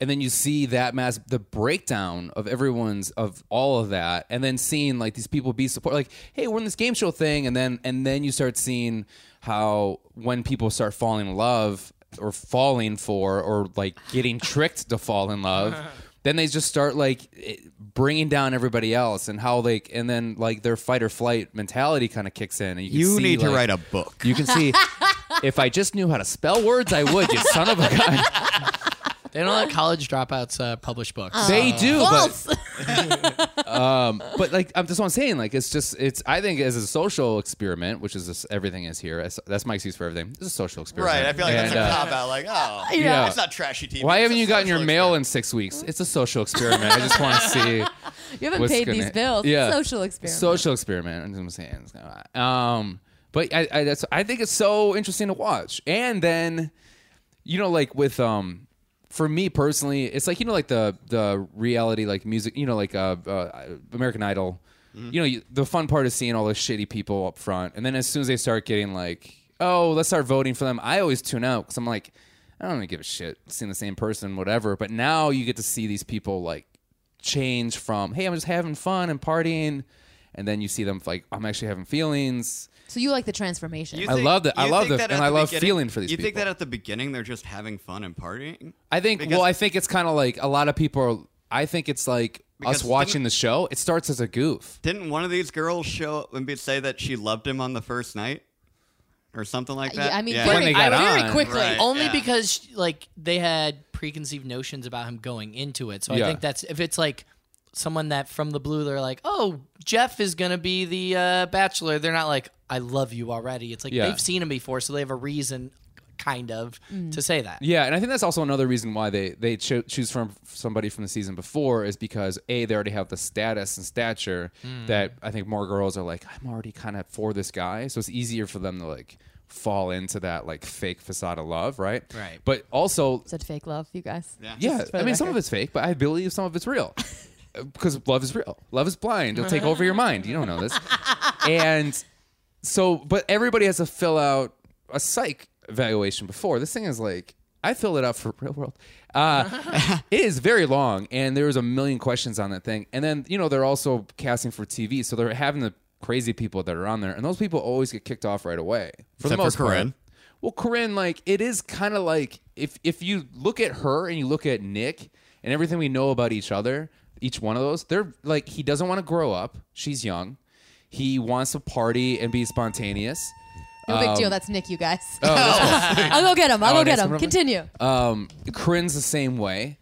Speaker 2: and then you see that mass the breakdown of everyone's of all of that, and then seeing like these people be support like hey we're in this game show thing, and then and then you start seeing how when people start falling in love or falling for or like getting tricked to fall in love. then they just start like it- bringing down everybody else and how like and then like their fight or flight mentality kind of kicks in and you, can
Speaker 5: You
Speaker 2: see,
Speaker 5: need to
Speaker 2: like-
Speaker 5: write a book.
Speaker 2: you can see if I just knew how to spell words I would you son of a gun
Speaker 3: Oh.
Speaker 4: They don't let college dropouts uh, publish books.
Speaker 2: they do
Speaker 3: False.
Speaker 2: but um, but like I'm just what I'm saying. Like it's just it's I think as a social experiment, which is this, everything is here. That's- That's my excuse for everything. It's a social experiment,
Speaker 6: Right. I feel like that's
Speaker 2: And,
Speaker 6: a
Speaker 2: uh,
Speaker 6: cop out. Like, oh,
Speaker 2: Yeah.
Speaker 6: it's not trashy TV.
Speaker 2: Why
Speaker 6: it's
Speaker 2: haven't
Speaker 6: a
Speaker 2: you gotten your
Speaker 6: social
Speaker 2: mail in six weeks? It's a social experiment. I just want to see.
Speaker 3: You haven't
Speaker 2: what's
Speaker 3: paid
Speaker 2: gonna-
Speaker 3: these bills.
Speaker 2: Yeah.
Speaker 3: Social experiment.
Speaker 2: Social experiment. That's what I'm saying. It's kinda- Um, but I, I, that's, I think it's so interesting to watch. And then, you know, like with um, for me personally, it's like you know, like the the reality, like music, you know, like uh, uh American Idol. You know, you, the fun part is seeing all the shitty people up front, and then as soon as they start getting like, oh, let's start voting for them, I always tune out because I'm like. I don't even give a shit seeing the same person, whatever. But now you get to see these people like change from hey i'm just having fun and partying and then you see them like i'm actually having feelings
Speaker 3: so you like the transformation.
Speaker 5: You
Speaker 2: I love that- I
Speaker 5: you
Speaker 2: love
Speaker 5: think
Speaker 2: that-
Speaker 5: at
Speaker 2: and I
Speaker 5: the
Speaker 2: love
Speaker 5: beginning-
Speaker 2: feeling for these
Speaker 5: You think
Speaker 2: people.
Speaker 5: that at the beginning they're just having fun and partying?
Speaker 2: i think
Speaker 5: Because-
Speaker 2: well i think it's kind of like a lot of people are i think it's like
Speaker 5: Because
Speaker 2: us
Speaker 5: didn't-
Speaker 2: watching the show it starts as a goof
Speaker 5: Didn't one of these girls show up and be, say that she loved him on the first night, or something like that?
Speaker 3: I mean,
Speaker 5: Yeah.
Speaker 3: very,
Speaker 2: When they got
Speaker 3: very
Speaker 2: on.
Speaker 3: quickly.
Speaker 5: Right.
Speaker 4: Only
Speaker 5: yeah.
Speaker 4: because like they had preconceived notions about him going into it. So
Speaker 2: Yeah.
Speaker 4: I think that's if it's like someone that from the blue they're like, "Oh, Jeff is going to be the uh, bachelor." They're not like, "I love you already." It's like
Speaker 2: Yeah.
Speaker 4: they've seen him before, so they have a reason kind of to say that.
Speaker 2: yeah and i think that's also another reason why they they cho- choose from somebody from the season before is because a they already have the status and stature
Speaker 5: Hmm.
Speaker 2: that i think more girls are like i'm already kind of for this guy so it's easier for them to like fall into that like fake facade of love right
Speaker 4: Right.
Speaker 2: but also
Speaker 3: Said fake love, you guys.
Speaker 2: Yeah,
Speaker 3: for
Speaker 2: I
Speaker 3: the
Speaker 2: mean, some of
Speaker 3: record.
Speaker 2: it's fake, but I believe some of it's real. Because love is real. Love is blind. It'll take over your mind. You don't know this. And so, but everybody has to fill out a psych evaluation before. This thing is like, I filled it out for real world. Uh, it is very long, and there was a million questions on that thing. And then, you know, they're also casting for TV, so they're having the crazy people that are on there, and those people always get kicked off right away. For the
Speaker 5: Except for
Speaker 2: most part.
Speaker 5: Corinne.
Speaker 2: Well, Corinne, like it is kind of like if if you look at her and you look at Nick and everything we know about each other, each one of those, they're like he doesn't want to grow up. She's young. He wants to party and be spontaneous.
Speaker 3: No big deal. That's Nick, you guys. I'll go get him. I'll
Speaker 2: Um, Oh,
Speaker 3: go get
Speaker 2: Nick's
Speaker 3: him.
Speaker 2: one of them.
Speaker 3: Continue.
Speaker 2: Um, Corinne's the same way.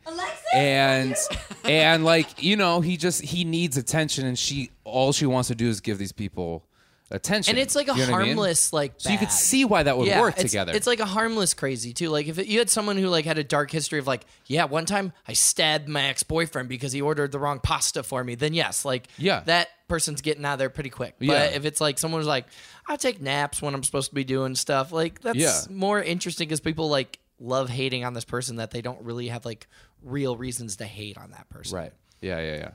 Speaker 2: and and like you know he just he needs attention and she all she wants to do is give these people attention
Speaker 4: And it's like a
Speaker 2: You know what I mean?
Speaker 4: harmless like
Speaker 2: so you could
Speaker 4: bad.
Speaker 2: see why that would work
Speaker 4: it's,
Speaker 2: together
Speaker 4: It's like a harmless crazy too. Like if it, you had someone who like had a dark history of like, yeah, one time I stabbed my ex boyfriend because he ordered the wrong pasta for me. Then yes, like
Speaker 2: Yeah.
Speaker 4: that person's getting out of there pretty quick. But
Speaker 2: Yeah.
Speaker 4: if it's like someone who's like, I take naps when I'm supposed to be doing stuff, like that's
Speaker 2: Yeah.
Speaker 4: more interesting because people like love hating on this person that they don't really have like real reasons to hate on that person.
Speaker 2: Right. Yeah, yeah, yeah.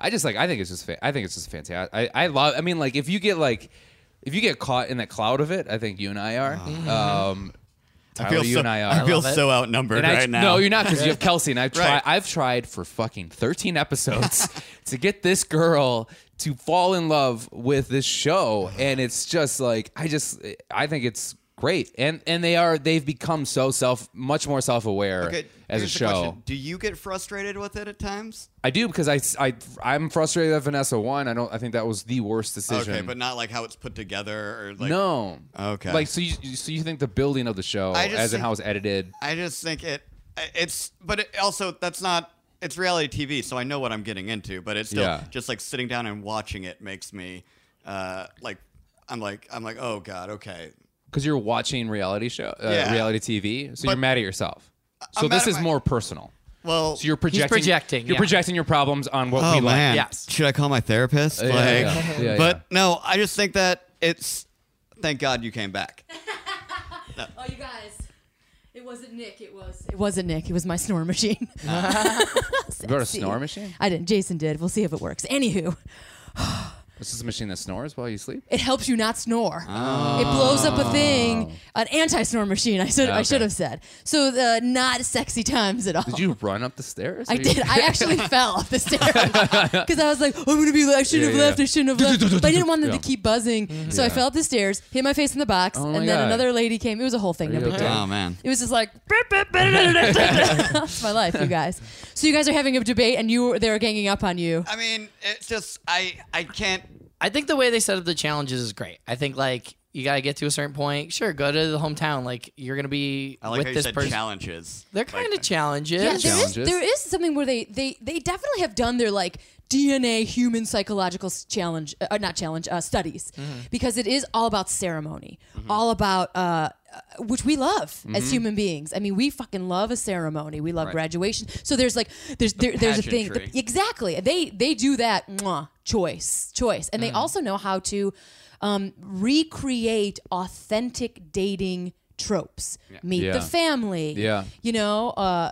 Speaker 2: I just like I think it's just fa- I think it's just fantastic. I, I love I mean like if you get like if you get caught in that cloud of it, I think you and I are. Um Tyler,
Speaker 6: Ah. I feel
Speaker 2: you
Speaker 6: so,
Speaker 2: and I are.
Speaker 6: I feel
Speaker 4: love it.
Speaker 6: so outnumbered
Speaker 2: And I-
Speaker 6: right now.
Speaker 2: No, you're not because you have Kelsey, and I've tried.
Speaker 6: Right.
Speaker 2: I've tried for fucking 13 episodes to get this girl to fall in love with this show, and it's just like I just I think it's great, and and they are they've become so self much more self aware
Speaker 5: Okay,
Speaker 2: as a
Speaker 5: here's the
Speaker 2: show.
Speaker 5: question. Do you get frustrated with it at times?
Speaker 2: I do because I, I am frustrated that Vanessa won. I don't. I think that was the worst decision.
Speaker 5: Okay, but not like how it's put together or like.
Speaker 2: no.
Speaker 5: Okay.
Speaker 2: Like so you you- so you think the building of the show
Speaker 5: I
Speaker 2: as
Speaker 5: just
Speaker 2: in
Speaker 5: think-
Speaker 2: how it's edited.
Speaker 5: I just think it. I- It's but it also that's not. It's reality TV, so I know what I'm getting into. But it's still
Speaker 2: Yeah.
Speaker 5: just like sitting down and watching it makes me, uh, like, I'm like I'm like oh god okay.
Speaker 2: Because you're watching reality show, uh,
Speaker 5: Yeah.
Speaker 2: reality TV, so you're
Speaker 5: But-
Speaker 2: mad at yourself. So
Speaker 5: I'm mad
Speaker 2: this
Speaker 5: at
Speaker 2: is
Speaker 5: my-
Speaker 2: more personal.
Speaker 5: Well,
Speaker 2: So you're projecting.
Speaker 4: projecting,
Speaker 2: You're
Speaker 4: yeah.
Speaker 2: projecting your problems on what we like.
Speaker 4: Yeah.
Speaker 5: Oh, should I call my therapist?
Speaker 2: yeah,
Speaker 5: like,
Speaker 2: yeah. Yeah,
Speaker 5: but no, I just think that it's. Thank God you came back.
Speaker 3: Oh, you guys. It wasn't Nick. It was. It wasn't Nick. It was my snore machine.
Speaker 2: You got a snore machine.
Speaker 3: I didn't. Jason did. We'll see if it works. Anywho,
Speaker 2: This is a machine that snores while you sleep.
Speaker 3: it helps you not snore. It blows up a thing, an anti-snore machine. I should.
Speaker 2: Yeah,
Speaker 3: I should
Speaker 2: Oh. okay.
Speaker 3: have said. So the not sexy times at all.
Speaker 2: Did you run up the stairs?
Speaker 3: I
Speaker 2: Or you-
Speaker 3: did. I actually fell off the stairs because I was like, "Oh, I'm gonna be. I shouldn't
Speaker 2: Yeah,
Speaker 3: have
Speaker 2: yeah.
Speaker 3: left. I shouldn't have left. But I didn't want them
Speaker 2: Yeah.
Speaker 3: to keep buzzing, so I fell up the stairs, hit my face in the box,
Speaker 2: Oh
Speaker 3: and
Speaker 2: my
Speaker 3: then
Speaker 2: God.
Speaker 3: another lady came. It was a whole thing. No
Speaker 2: you
Speaker 3: big
Speaker 2: okay?
Speaker 3: deal.
Speaker 5: Oh man.
Speaker 3: It was just like "Beep, beep, beep, beep, beep, beep, beep." that's my life, you guys. So you guys are having a debate, and you were, they were ganging up on you.
Speaker 5: I mean, it's just I I can't
Speaker 4: I think the way they set up the challenges is great. I think like you gotta get to a certain point. Sure, go to the hometown. Like you're gonna be
Speaker 5: I like
Speaker 4: with
Speaker 5: how you
Speaker 4: this
Speaker 5: said
Speaker 4: person.
Speaker 5: challenges.
Speaker 4: They're kind of challenges.
Speaker 3: Yeah, there is,
Speaker 2: Challenges.
Speaker 3: there is something where they, they they definitely have done their like DNA human psychological s- challenge, uh, not challenge, uh, studies,
Speaker 4: Mm-hmm.
Speaker 3: because it is all about ceremony, all about. Uh, uh, which we love
Speaker 4: Mm-hmm.
Speaker 3: as human beings. I mean, we fucking love a ceremony. We love graduation. So there's like there's there, there's a thing
Speaker 4: pageantry.
Speaker 3: exactly. They they do that mwah, choice choice, and they
Speaker 4: Mm.
Speaker 3: also know how to um, recreate authentic dating tropes. Meet
Speaker 2: Yeah.
Speaker 3: the family.
Speaker 2: Yeah.
Speaker 3: You know, uh,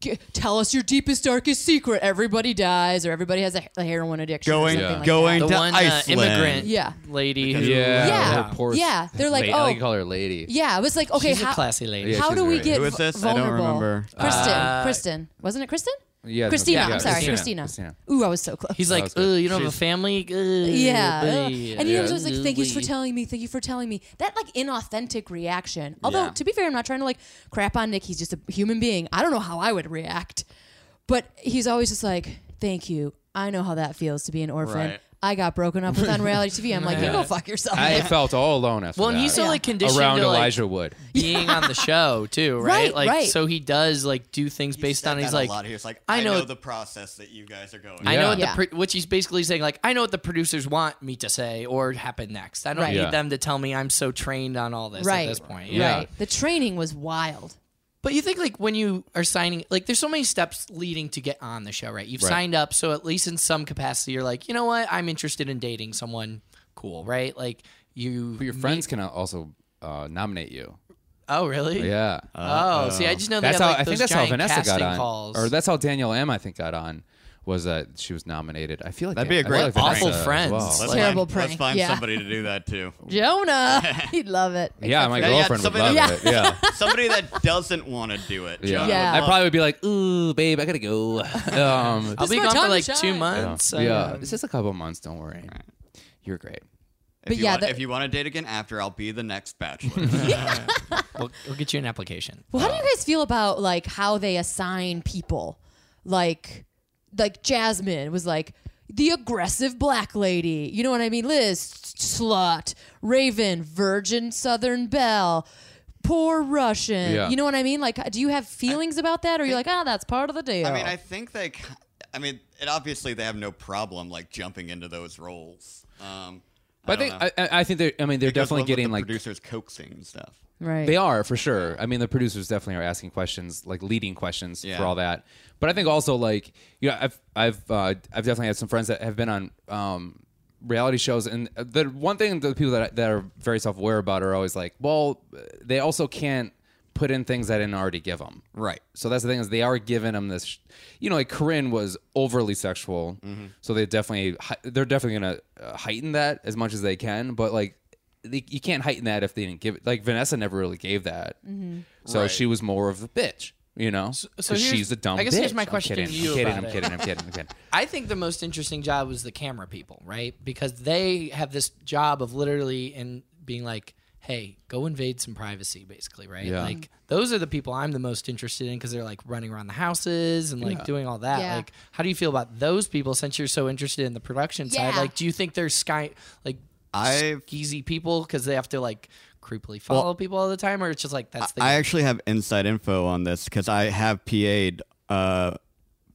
Speaker 3: g- tell us your deepest darkest secret. Everybody dies, or everybody has a, a heroin addiction. or
Speaker 5: Going,
Speaker 3: something like
Speaker 5: going
Speaker 4: the
Speaker 5: to
Speaker 4: one uh,
Speaker 5: Iceland.
Speaker 4: immigrant
Speaker 3: Yeah.
Speaker 4: lady. Who,
Speaker 2: Yeah.
Speaker 3: Yeah.
Speaker 2: her poor-
Speaker 3: Yeah, they're like,
Speaker 2: Lady- I like
Speaker 3: oh.
Speaker 2: to call her lady.
Speaker 3: that. Yeah, it was like okay,
Speaker 4: She's a
Speaker 3: how,
Speaker 4: classy lady.
Speaker 2: Yeah,
Speaker 3: how
Speaker 2: she's
Speaker 3: do we
Speaker 2: very-
Speaker 3: get
Speaker 5: Who is this? I don't
Speaker 3: vulnerable?
Speaker 5: remember.
Speaker 3: Kristen,
Speaker 4: Uh,
Speaker 3: Kristen, wasn't it Kristen?
Speaker 2: Yeah,
Speaker 3: Christina,
Speaker 2: yeah,
Speaker 3: I'm sorry,
Speaker 2: Christina.
Speaker 3: Christina.
Speaker 2: Christina.
Speaker 3: Ooh, I was so close.
Speaker 4: He's
Speaker 2: That
Speaker 4: like,
Speaker 2: was
Speaker 4: oh,
Speaker 2: good.
Speaker 4: you don't have a family. Ugh,
Speaker 3: yeah.
Speaker 4: buddy."
Speaker 3: ugh. And you know,
Speaker 2: Yeah.
Speaker 3: I was like, thank you for
Speaker 4: Ooh-wee.
Speaker 3: telling me. Thank you for telling me. That like inauthentic reaction. Although,
Speaker 4: Yeah.
Speaker 3: to be fair, I'm not trying to like crap on Nick. He's just a human being. I don't know how I would react. But he's always just like, thank you. I know how that feels to be an orphan.
Speaker 5: Right.
Speaker 3: I got broken up with on reality TV. I'm like, you go fuck yourself.
Speaker 2: I
Speaker 3: man."
Speaker 2: felt all alone after
Speaker 4: Well, and
Speaker 2: that.
Speaker 4: he's so like conditioned
Speaker 2: around
Speaker 4: to, like,
Speaker 2: Elijah Wood.
Speaker 4: being on the show too, right?
Speaker 3: Right,
Speaker 4: like
Speaker 3: right.
Speaker 4: so he does like do things based on he's like I know-
Speaker 5: the process that you guys are going.
Speaker 4: I
Speaker 2: Yeah.
Speaker 4: know what
Speaker 3: Yeah.
Speaker 4: the pro- which he's basically saying like I know what the producers want me to say or happen next. I don't
Speaker 3: Right.
Speaker 4: need
Speaker 2: Yeah.
Speaker 4: them to tell me I'm so trained on all this
Speaker 3: right.
Speaker 4: at this point.
Speaker 2: Yeah.
Speaker 3: Right. The training was wild.
Speaker 4: But you think like when you are signing, like there's so many steps leading to get on the show, right? You've
Speaker 2: Right.
Speaker 4: signed up, so at least in some capacity, you're like, you know what, I'm interested in dating someone cool, right? Like you,
Speaker 2: But your friends can also uh, nominate you.
Speaker 4: oh really?
Speaker 2: Yeah. uh,
Speaker 4: Oh, see, I just know they
Speaker 2: that's
Speaker 4: have,
Speaker 2: how
Speaker 4: like,
Speaker 2: I think
Speaker 4: those
Speaker 2: that's how
Speaker 4: giant
Speaker 2: Vanessa got
Speaker 4: casting
Speaker 2: on,
Speaker 4: Calls.
Speaker 2: or that's how Danielle M. I think got on. Was that she was nominated? I feel like
Speaker 5: That'd be a
Speaker 2: I feel
Speaker 5: great
Speaker 2: like
Speaker 5: prank.
Speaker 2: Vanessa
Speaker 4: Awful
Speaker 2: as
Speaker 4: friends.
Speaker 2: well.
Speaker 5: Let's
Speaker 3: Terrible
Speaker 5: find,
Speaker 3: prank.
Speaker 5: Let's find
Speaker 3: Yeah.
Speaker 5: somebody to do that too.
Speaker 3: Jonah, he'd love it.
Speaker 2: Yeah,
Speaker 3: Except
Speaker 2: my
Speaker 3: for-
Speaker 5: Yeah, yeah,
Speaker 2: girlfriend would
Speaker 5: somebody-
Speaker 2: love it. Yeah.
Speaker 5: somebody that doesn't want to do it.
Speaker 2: Yeah.
Speaker 3: Yeah.
Speaker 2: I probably would be like, ooh, babe, I gotta go. Um,
Speaker 4: I'll be
Speaker 3: my
Speaker 4: gone
Speaker 3: time
Speaker 4: for
Speaker 3: to
Speaker 4: like two
Speaker 3: shine.
Speaker 4: months.
Speaker 2: yeah,
Speaker 4: um,
Speaker 2: it's just a couple months. Don't worry. You're great.
Speaker 5: If
Speaker 3: But
Speaker 5: you
Speaker 3: yeah,
Speaker 5: want,
Speaker 3: the-
Speaker 5: if you want to date again after, I'll be the next bachelor.
Speaker 4: we'll, we'll get you an application.
Speaker 3: Well, how do you guys feel about like how they assign people? Like like Jasmine was like the aggressive black lady. You know what I mean? Liz slut, Raven, virgin southern belle. Poor Russian.
Speaker 2: Yeah.
Speaker 3: You know what I mean? Like, do you have feelings about that, or you're like, ah, that's part of the deal?
Speaker 5: I mean, I think they. ki- I mean, it obviously they have no problem like jumping into those roles. Um,
Speaker 2: But I,
Speaker 5: don't know.
Speaker 2: think I, I I think they're. I mean, they're
Speaker 5: It goes
Speaker 2: definitely
Speaker 5: along with
Speaker 2: getting
Speaker 5: the
Speaker 2: like
Speaker 5: producers coaxing and stuff.
Speaker 3: right?
Speaker 2: They are for sure. I mean, the producers definitely are asking questions, like leading questions
Speaker 5: Yeah.
Speaker 2: for all that. But I think also like you know, I've I've uh, I've definitely had some friends that have been on um, reality shows, and the one thing the people that that are very self aware about are always like, well, they also can't put in things I didn't already give them.
Speaker 5: Right.
Speaker 2: So that's the thing is they are giving them this, you know, like Corinne was overly sexual,
Speaker 5: Mm-hmm.
Speaker 2: so they definitely hi- they're definitely gonna uh, heighten that as much as they can. But like, they, you can't heighten that if they didn't give it. Like Vanessa never really gave that, so
Speaker 5: Right.
Speaker 2: she was more of the bitch, you know. So,
Speaker 4: so here's-
Speaker 2: she's a dumb.
Speaker 4: I guess
Speaker 2: bitch.
Speaker 4: here's my
Speaker 2: I'm
Speaker 4: question
Speaker 2: kidding,
Speaker 4: to you
Speaker 2: I'm kidding,
Speaker 4: about
Speaker 2: I'm
Speaker 4: it.
Speaker 2: kidding. I'm kidding. I'm kidding.
Speaker 4: I think the most interesting job was the camera people, right? Because they have this job of literally and being like, "Hey, go invade some privacy," basically, right?
Speaker 2: Yeah.
Speaker 4: Like those are the people I'm the most interested in because they're like running around the houses and like doing all that.
Speaker 3: Yeah.
Speaker 4: Like, how do you feel about those people since you're so interested in the production side?
Speaker 3: Yeah.
Speaker 4: Like, do you think they're sky like
Speaker 5: I-
Speaker 4: skeezy people because they have to like creepily follow people all the time, or it's just like that's the
Speaker 5: I actually have inside info on this because I have PA'd uh,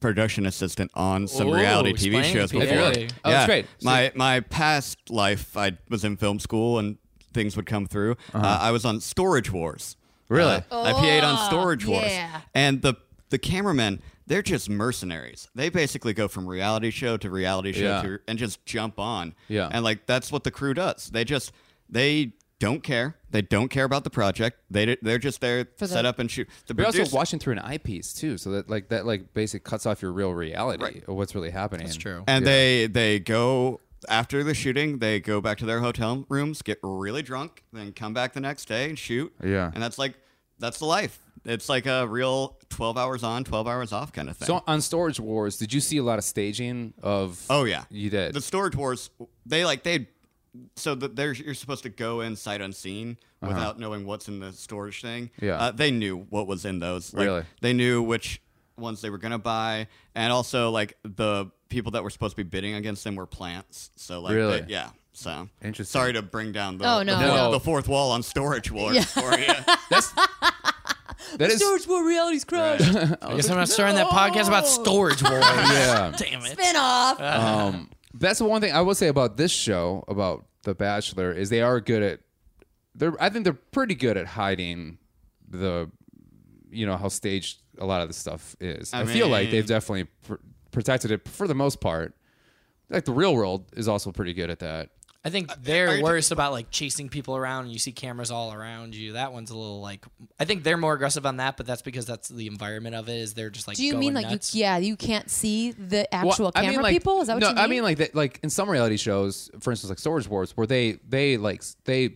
Speaker 5: production assistant on some
Speaker 4: Ooh,
Speaker 5: reality TV
Speaker 4: explain
Speaker 5: shows
Speaker 4: PA.
Speaker 5: before.
Speaker 2: Really? Oh, that's great.
Speaker 5: My my past life, I was in film school and things would come through. uh I was on Storage Wars.
Speaker 2: Uh-huh. Really?
Speaker 5: Uh, I PA'd on Storage Wars.
Speaker 3: yeah.
Speaker 5: And the the cameramen, they're just mercenaries. They basically go from reality show to reality show
Speaker 2: Yeah.
Speaker 5: to, and just jump on.
Speaker 2: Yeah.
Speaker 5: And like that's what the crew does. They just they don't care. They don't care about the project. They d- they're just there
Speaker 3: the-
Speaker 5: set up and shoot. The
Speaker 2: But you're also
Speaker 5: producer-
Speaker 2: watching through an eyepiece too, so that like that like basically cuts off your real reality of what's really happening. That's
Speaker 4: true.
Speaker 5: and they they go after the shooting. They go back to their hotel rooms, get really drunk, then come back the next day and shoot.
Speaker 2: Yeah.
Speaker 5: And that's like that's the life. It's like a real twelve hours on, twelve hours off kind of thing.
Speaker 2: So on Storage Wars, did you see a lot of staging of?
Speaker 5: Oh yeah,
Speaker 2: you did.
Speaker 5: The storage wars, they like they, so that they're you're supposed to go in sight unseen without knowing what's in the storage thing.
Speaker 2: Uh-huh. Yeah.
Speaker 5: uh, they knew what was in those. Like,
Speaker 2: Really?
Speaker 5: they knew which ones they were gonna buy, and also like the people that were supposed to be bidding against them were plants. So like, they-
Speaker 2: Really?
Speaker 5: yeah. So
Speaker 2: Interesting.
Speaker 5: Sorry to bring down the
Speaker 3: Oh, no,
Speaker 5: the, fourth,
Speaker 2: No.
Speaker 5: the fourth wall on storage wars for you.
Speaker 2: That's That is
Speaker 3: Storage War reality's crushed.
Speaker 4: I guess I'm not starting that podcast about storage wars.
Speaker 2: Yeah.
Speaker 4: Damn it.
Speaker 3: Spin off.
Speaker 2: um, that's the one thing I will say about this show about The Bachelor is they are good at they're I think they're pretty good at hiding the you know how staged a lot of this stuff is. I, feel like
Speaker 5: mean-
Speaker 2: they've definitely pr- protected it for the most part. Like the real world is also pretty good at that.
Speaker 4: I think they're
Speaker 5: you
Speaker 4: worse about like chasing people around and you see cameras all around you. That one's a little like I think they're more aggressive on that, but that's because that's the environment of it is they're just like
Speaker 3: Do you
Speaker 4: going
Speaker 3: mean like
Speaker 4: nuts.
Speaker 3: you? Yeah, you can't see the
Speaker 2: Well,
Speaker 3: actual camera
Speaker 2: like,
Speaker 3: people. Is that what
Speaker 2: no,
Speaker 3: you mean?
Speaker 2: I mean like that, like in some reality shows, for instance, like Storage Wars, where they they like s- they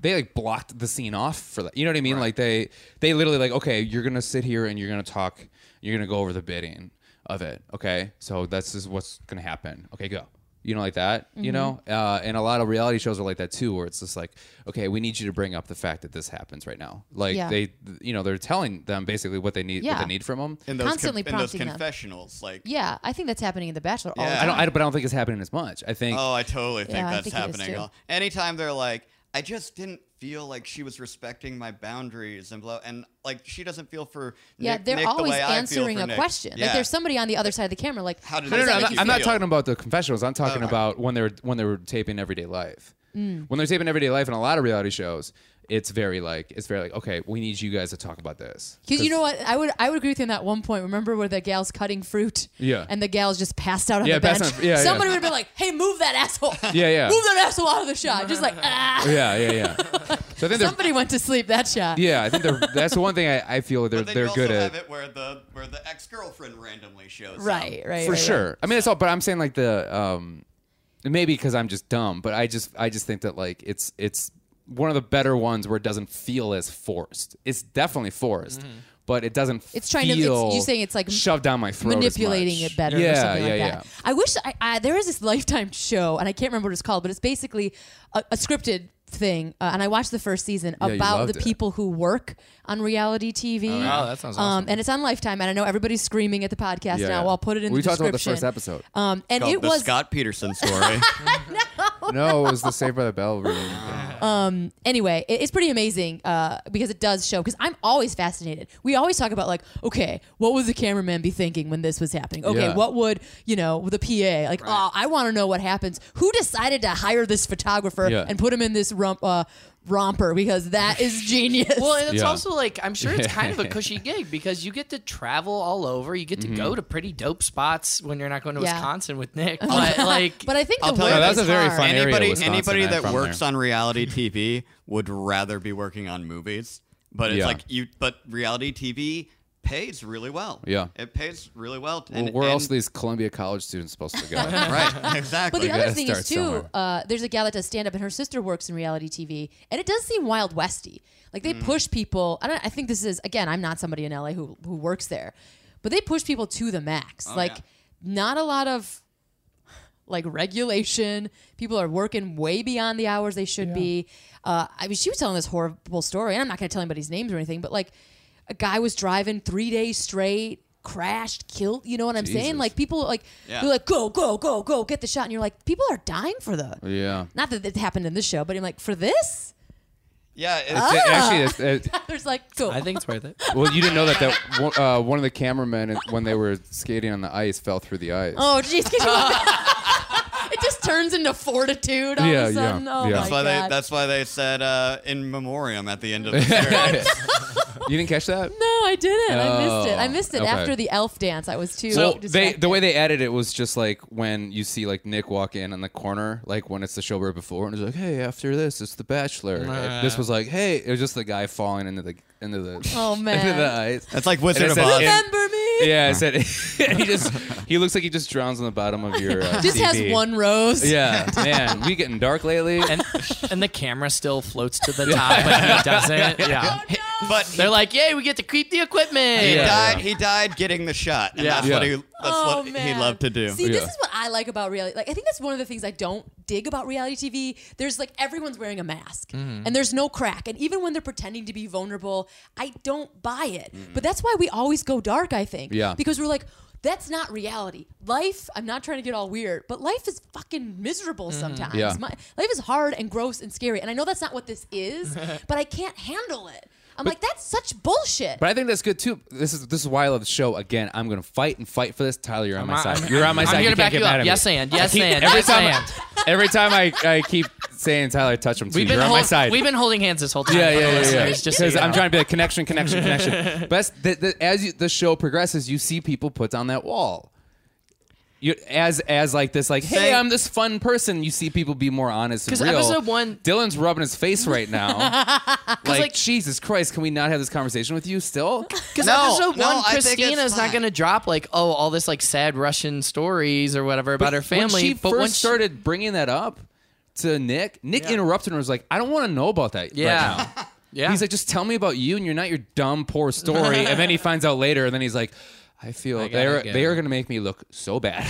Speaker 2: they like blocked the scene off for that. You know what I mean? Like they they literally like okay, you're gonna sit here and you're gonna talk, you're gonna go over the bidding of it. Okay, so this is what's gonna happen. Okay, go. You know, like that. You
Speaker 3: Mm-hmm.
Speaker 2: know, uh, and a lot of reality shows are like that too, where it's just like, okay, we need you to bring up the fact that this happens right now. Like
Speaker 3: Yeah.
Speaker 2: they, you know, they're telling them basically what they need, what
Speaker 3: Yeah.
Speaker 2: they need from them.
Speaker 5: in those
Speaker 3: Constantly
Speaker 5: in those
Speaker 3: prompting them.
Speaker 5: confessionals, like
Speaker 3: yeah, I think that's happening in The Bachelor. All
Speaker 5: Yeah.
Speaker 3: the
Speaker 2: I don't,
Speaker 3: time.
Speaker 2: I, but I don't think it's happening as much. I think.
Speaker 5: Oh, I totally think
Speaker 3: Yeah, I
Speaker 5: that's
Speaker 3: think it is,
Speaker 5: happening.
Speaker 3: too.
Speaker 5: Anytime they're like, I just didn't feel like she was respecting my boundaries and blah, and like she doesn't feel for
Speaker 3: yeah,
Speaker 5: Nick,
Speaker 3: they're
Speaker 5: Nick the
Speaker 3: always
Speaker 5: way I feel
Speaker 3: answering
Speaker 5: for
Speaker 3: a
Speaker 5: Nick.
Speaker 3: question.
Speaker 5: Yeah.
Speaker 3: Like there's somebody on the other side of the camera. Like
Speaker 5: How did
Speaker 2: No, no, no.
Speaker 5: this make
Speaker 2: I'm
Speaker 5: you
Speaker 2: not, I'm not
Speaker 5: feel?
Speaker 2: talking about the confessionals. I'm talking
Speaker 5: Okay.
Speaker 2: about when they were when they were taping Everyday Life.
Speaker 3: Mm.
Speaker 2: When they're taping Everyday Life in a lot of reality shows, it's very like it's very like okay, we need you guys to talk about this.
Speaker 3: Because you know what, I would I would agree with you on that one point. Remember where the gal's cutting fruit?
Speaker 2: Yeah.
Speaker 3: And the gal's just passed out on
Speaker 2: Yeah,
Speaker 3: the
Speaker 2: passed
Speaker 3: bench.
Speaker 2: out- yeah, yeah.
Speaker 3: Somebody would have been like, "Hey, move that asshole!
Speaker 2: Yeah, yeah.
Speaker 3: move that asshole out of the shot!" Just like ah.
Speaker 2: Yeah, yeah, yeah. so I think they're
Speaker 3: Somebody went to sleep that shot.
Speaker 2: yeah, I think they're that's the one thing I, I feel they're
Speaker 5: But then
Speaker 2: they're
Speaker 5: you also
Speaker 2: good at.
Speaker 5: have it where the where the ex girlfriend randomly
Speaker 3: Right.
Speaker 5: shows up.
Speaker 3: Right. right,
Speaker 2: for
Speaker 3: right.
Speaker 2: sure. I mean, that's all. But I'm saying like the um, maybe because I'm just dumb, but I just I just think that like it's it's one of the better ones where it doesn't feel as forced. It's definitely forced, but it doesn't.
Speaker 3: Mm-hmm. It's trying to- it's-
Speaker 2: feel
Speaker 3: you're saying it's, like,
Speaker 2: shoved down my throat, as
Speaker 3: manipulating
Speaker 2: much.
Speaker 3: it better
Speaker 2: Yeah,
Speaker 3: or something
Speaker 2: yeah,
Speaker 3: like
Speaker 2: yeah.
Speaker 3: that. I wish I, I there is this Lifetime show and I can't remember what it's called, but it's basically a, a scripted thing. Uh, and I watched the first season
Speaker 2: you
Speaker 3: about
Speaker 2: loved
Speaker 3: the
Speaker 2: it.
Speaker 3: people who work on reality TV. Oh,
Speaker 4: yeah. Oh, that sounds
Speaker 3: Um,
Speaker 4: awesome.
Speaker 3: and it's on Lifetime, and I know everybody's screaming at the podcast
Speaker 2: Yeah,
Speaker 3: now.
Speaker 2: yeah.
Speaker 3: I'll put it in
Speaker 2: We
Speaker 3: the
Speaker 2: talked about the
Speaker 3: description.
Speaker 2: first episode.
Speaker 3: Um, and
Speaker 5: Called
Speaker 3: it
Speaker 5: the
Speaker 3: was
Speaker 5: Scott Peterson story.
Speaker 2: no, it was the Saved by the Bell room.
Speaker 3: anyway, it- it's pretty amazing uh, because it does show. Because I'm always fascinated. We always talk about like, okay, what would the cameraman be thinking when this was happening? Okay,
Speaker 2: Yeah.
Speaker 3: what would you know the PA like? Oh, I want to know what happens. Who decided to hire this photographer
Speaker 2: Yeah.
Speaker 3: and put him in this rump, uh, romper? Because that is genius.
Speaker 4: Well, and it's
Speaker 2: Yeah.
Speaker 4: also like I'm sure it's kind of a cushy gig because you get to travel all over. You get to
Speaker 2: Mm-hmm.
Speaker 4: go to pretty dope spots when you're not going to
Speaker 3: Yeah.
Speaker 4: Wisconsin with Nick. But like,
Speaker 3: but I think
Speaker 5: I'll
Speaker 3: the
Speaker 5: tell
Speaker 3: work
Speaker 5: you,
Speaker 2: that's
Speaker 3: is
Speaker 2: a very
Speaker 3: hard.
Speaker 2: fun area of
Speaker 5: anybody
Speaker 2: Wisconsin,
Speaker 5: anybody
Speaker 2: I'm
Speaker 5: that
Speaker 2: from
Speaker 5: works
Speaker 2: there.
Speaker 5: on reality TV would rather be working on movies, but it's
Speaker 2: Yeah.
Speaker 5: like you. But reality TV pays really well.
Speaker 2: Yeah.
Speaker 5: it pays really well.
Speaker 2: Well,
Speaker 5: and-
Speaker 2: where
Speaker 5: and-
Speaker 2: else are these Columbia College students supposed to go?
Speaker 5: Right, exactly.
Speaker 3: But the
Speaker 2: gotta
Speaker 3: other thing is
Speaker 2: start
Speaker 3: too,
Speaker 2: somewhere.
Speaker 3: uh, there's a gal that does stand up, and her sister works in reality TV, and it does seem wild westy. Like
Speaker 2: Mm.
Speaker 3: they push people. I don't. I think this is again. I'm not somebody in LA who who works there, but they push people to the max.
Speaker 2: Oh,
Speaker 3: like
Speaker 5: yeah.
Speaker 3: not a lot of like regulation. People are working way beyond the hours they should be. Uh, I mean, she was telling this horrible story, and I'm not going to tell anybody's names or anything, but like a guy was driving three days straight, crashed, killed. You know what I'm saying?
Speaker 2: Jesus.
Speaker 3: Like people like
Speaker 5: Yeah.
Speaker 3: they're like go go go go get the shot, and you're like people are dying for the.
Speaker 2: yeah.
Speaker 3: Not that it happened in this show, but I'm like for this.
Speaker 5: Yeah, it's,
Speaker 3: Ah!
Speaker 2: It- actually, it's- it-
Speaker 3: There's like go.
Speaker 4: I think it's worth it.
Speaker 2: well, you didn't know that that one- uh, one of the cameramen when they were skating on the ice fell through the ice.
Speaker 3: oh jeez, can you- it just turns into fortitude all
Speaker 2: Yeah,
Speaker 3: of
Speaker 2: yeah,
Speaker 3: a sudden. Oh
Speaker 2: yeah.
Speaker 3: my
Speaker 5: that's why
Speaker 3: god.
Speaker 5: they that's why they said uh, in memoriam at the end of the series.
Speaker 2: you didn't catch that?
Speaker 3: No, I didn't. I missed it. I
Speaker 2: Oh,
Speaker 3: missed it
Speaker 2: okay.
Speaker 3: after the elf dance. I was too.
Speaker 2: So they
Speaker 3: distracted.
Speaker 2: the way they added it was just like when you see like Nick walk in on the corner, like when it's the show right before, and it's like, hey, after this, it's The Bachelor.
Speaker 4: Nah.
Speaker 2: This was like, hey, it was just the guy falling into the into the
Speaker 3: Oh,
Speaker 2: into
Speaker 3: man.
Speaker 2: the ice.
Speaker 5: That's like Wizard
Speaker 2: And it
Speaker 5: of
Speaker 2: says
Speaker 5: Oz.
Speaker 2: in-
Speaker 3: remember me.
Speaker 2: uh, yeah, I said and he just he looks like he just drowns on the bottom of your uh,
Speaker 3: Just has
Speaker 2: TV.
Speaker 3: one rose.
Speaker 2: Yeah, man, we getting dark lately.
Speaker 4: And and the camera still floats to the top, but he doesn't. Yeah.
Speaker 5: but he
Speaker 4: They're like, yay, we get to keep the equipment.
Speaker 2: Yeah.
Speaker 5: died. He died getting the shot. And
Speaker 4: Yeah.
Speaker 5: that's what he that's
Speaker 3: Oh,
Speaker 5: what
Speaker 3: man.
Speaker 5: he loved to do.
Speaker 3: See,
Speaker 2: Yeah.
Speaker 3: this is what I like about reality. Like, I think that's one of the things I don't dig about reality TV. There's like everyone's wearing a mask,
Speaker 5: Mm-hmm.
Speaker 3: and there's no crack. And even when they're pretending to be vulnerable, I don't buy it.
Speaker 5: Mm-hmm.
Speaker 3: But that's why we always go dark. I think.
Speaker 2: Yeah.
Speaker 3: Because we're like. That's not reality. Life, I'm not trying to get all weird, but life is fucking miserable
Speaker 5: Mm-hmm.
Speaker 3: sometimes.
Speaker 2: Yeah.
Speaker 3: My, life is hard and gross and scary. And I know that's not what this is, but I can't handle it. I'm like, that's such bullshit.
Speaker 2: But I think that's good too. This is this is why I love the show. Again, I'm gonna fight and fight for this. Tyler, you're on my
Speaker 4: I'm-
Speaker 2: side.
Speaker 4: I'm-
Speaker 2: you're on my
Speaker 4: I'm
Speaker 2: side.
Speaker 4: here
Speaker 2: You
Speaker 4: to
Speaker 2: can't
Speaker 4: back
Speaker 2: get
Speaker 4: you up.
Speaker 2: mad at me.
Speaker 4: Yes, and.
Speaker 2: I
Speaker 4: Yes,
Speaker 2: keep-
Speaker 4: and.
Speaker 2: Every
Speaker 4: Yes,
Speaker 2: time,
Speaker 4: and.
Speaker 2: every time I, I keep saying Tyler, touch him. Too.
Speaker 4: We've
Speaker 2: you're
Speaker 4: been
Speaker 2: on
Speaker 4: hold-
Speaker 2: my side.
Speaker 4: We've been holding hands this whole time.
Speaker 2: yeah, yeah,
Speaker 4: for the
Speaker 2: yeah, yeah.
Speaker 4: listeners, Just so
Speaker 2: Because
Speaker 4: you
Speaker 2: I'm
Speaker 4: know.
Speaker 2: trying to be like connection, connection, connection. But the, the, as you, the show progresses, you see people put down that wall. You, as as like this, like, hey,
Speaker 4: Same.
Speaker 2: I'm this fun person. You see people be more honest and
Speaker 4: 'Cause
Speaker 2: real.
Speaker 4: episode one-
Speaker 2: Dylan's rubbing his face right now. like,
Speaker 4: like-
Speaker 2: Jesus Christ, can we not have this conversation with you still?
Speaker 4: Because
Speaker 5: No,
Speaker 4: episode
Speaker 5: no,
Speaker 4: one,
Speaker 5: I think it's
Speaker 4: Christina's
Speaker 5: fine.
Speaker 4: not going to drop like, oh, all this like sad Russian stories or whatever about her family.
Speaker 2: When she
Speaker 4: but
Speaker 2: first
Speaker 4: once she-
Speaker 2: started bringing that up to Nick, Nick interrupted her and was like, "I don't want to know about that
Speaker 4: Yeah.
Speaker 2: right now."
Speaker 4: yeah,
Speaker 2: He's like, "Just tell me about you and you're not your dumb poor story." and then he finds out later, and then he's like, "I feel
Speaker 4: gotta
Speaker 2: they're
Speaker 4: get
Speaker 2: they
Speaker 4: it."
Speaker 2: are going to make me look so bad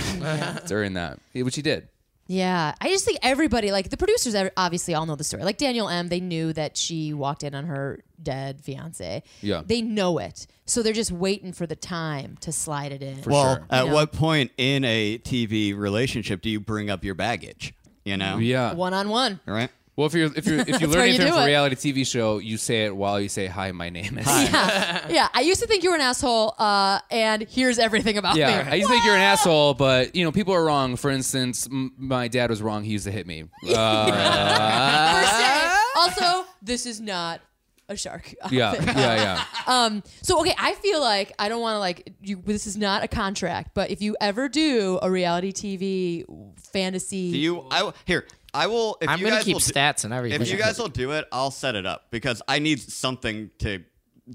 Speaker 2: during that," which he did.
Speaker 3: Yeah, I just think everybody, like the producers, ev- obviously all know the story. Like Daniel M, they knew that she walked in on her dead fiance.
Speaker 2: Yeah.
Speaker 3: they know it, so they're just waiting for the time to slide it in.
Speaker 5: Well,
Speaker 2: sure.
Speaker 5: at
Speaker 3: You know?
Speaker 5: what point in a TV relationship do you bring up your baggage? You know?
Speaker 2: Yeah.
Speaker 3: one on one.
Speaker 5: Right?
Speaker 2: Well, if you're if you if you
Speaker 3: how
Speaker 2: learn
Speaker 3: you
Speaker 2: anything
Speaker 3: do
Speaker 2: from a
Speaker 3: it.
Speaker 2: reality TV show, you say it while you say, "Hi, my name is."
Speaker 3: Yeah, yeah. I used to think you were an asshole, uh, and here's everything about
Speaker 2: Yeah,
Speaker 3: me.
Speaker 2: I used to think you're an asshole, but you know people are wrong. For instance, m- my dad was wrong. He used to hit me. Uh,
Speaker 3: First day. Also, this is not a shark.
Speaker 2: yeah,
Speaker 3: outfit.
Speaker 2: yeah, yeah.
Speaker 3: So okay, I feel like I don't want to like you. This is not a contract, but if you ever do a reality TV fantasy,
Speaker 5: Do you I w- here, I will if
Speaker 4: I'm
Speaker 5: you
Speaker 4: going to
Speaker 5: guys
Speaker 4: keep
Speaker 5: will do-
Speaker 4: stats and everything.
Speaker 5: If you guys will do it, I'll set it up because I need something to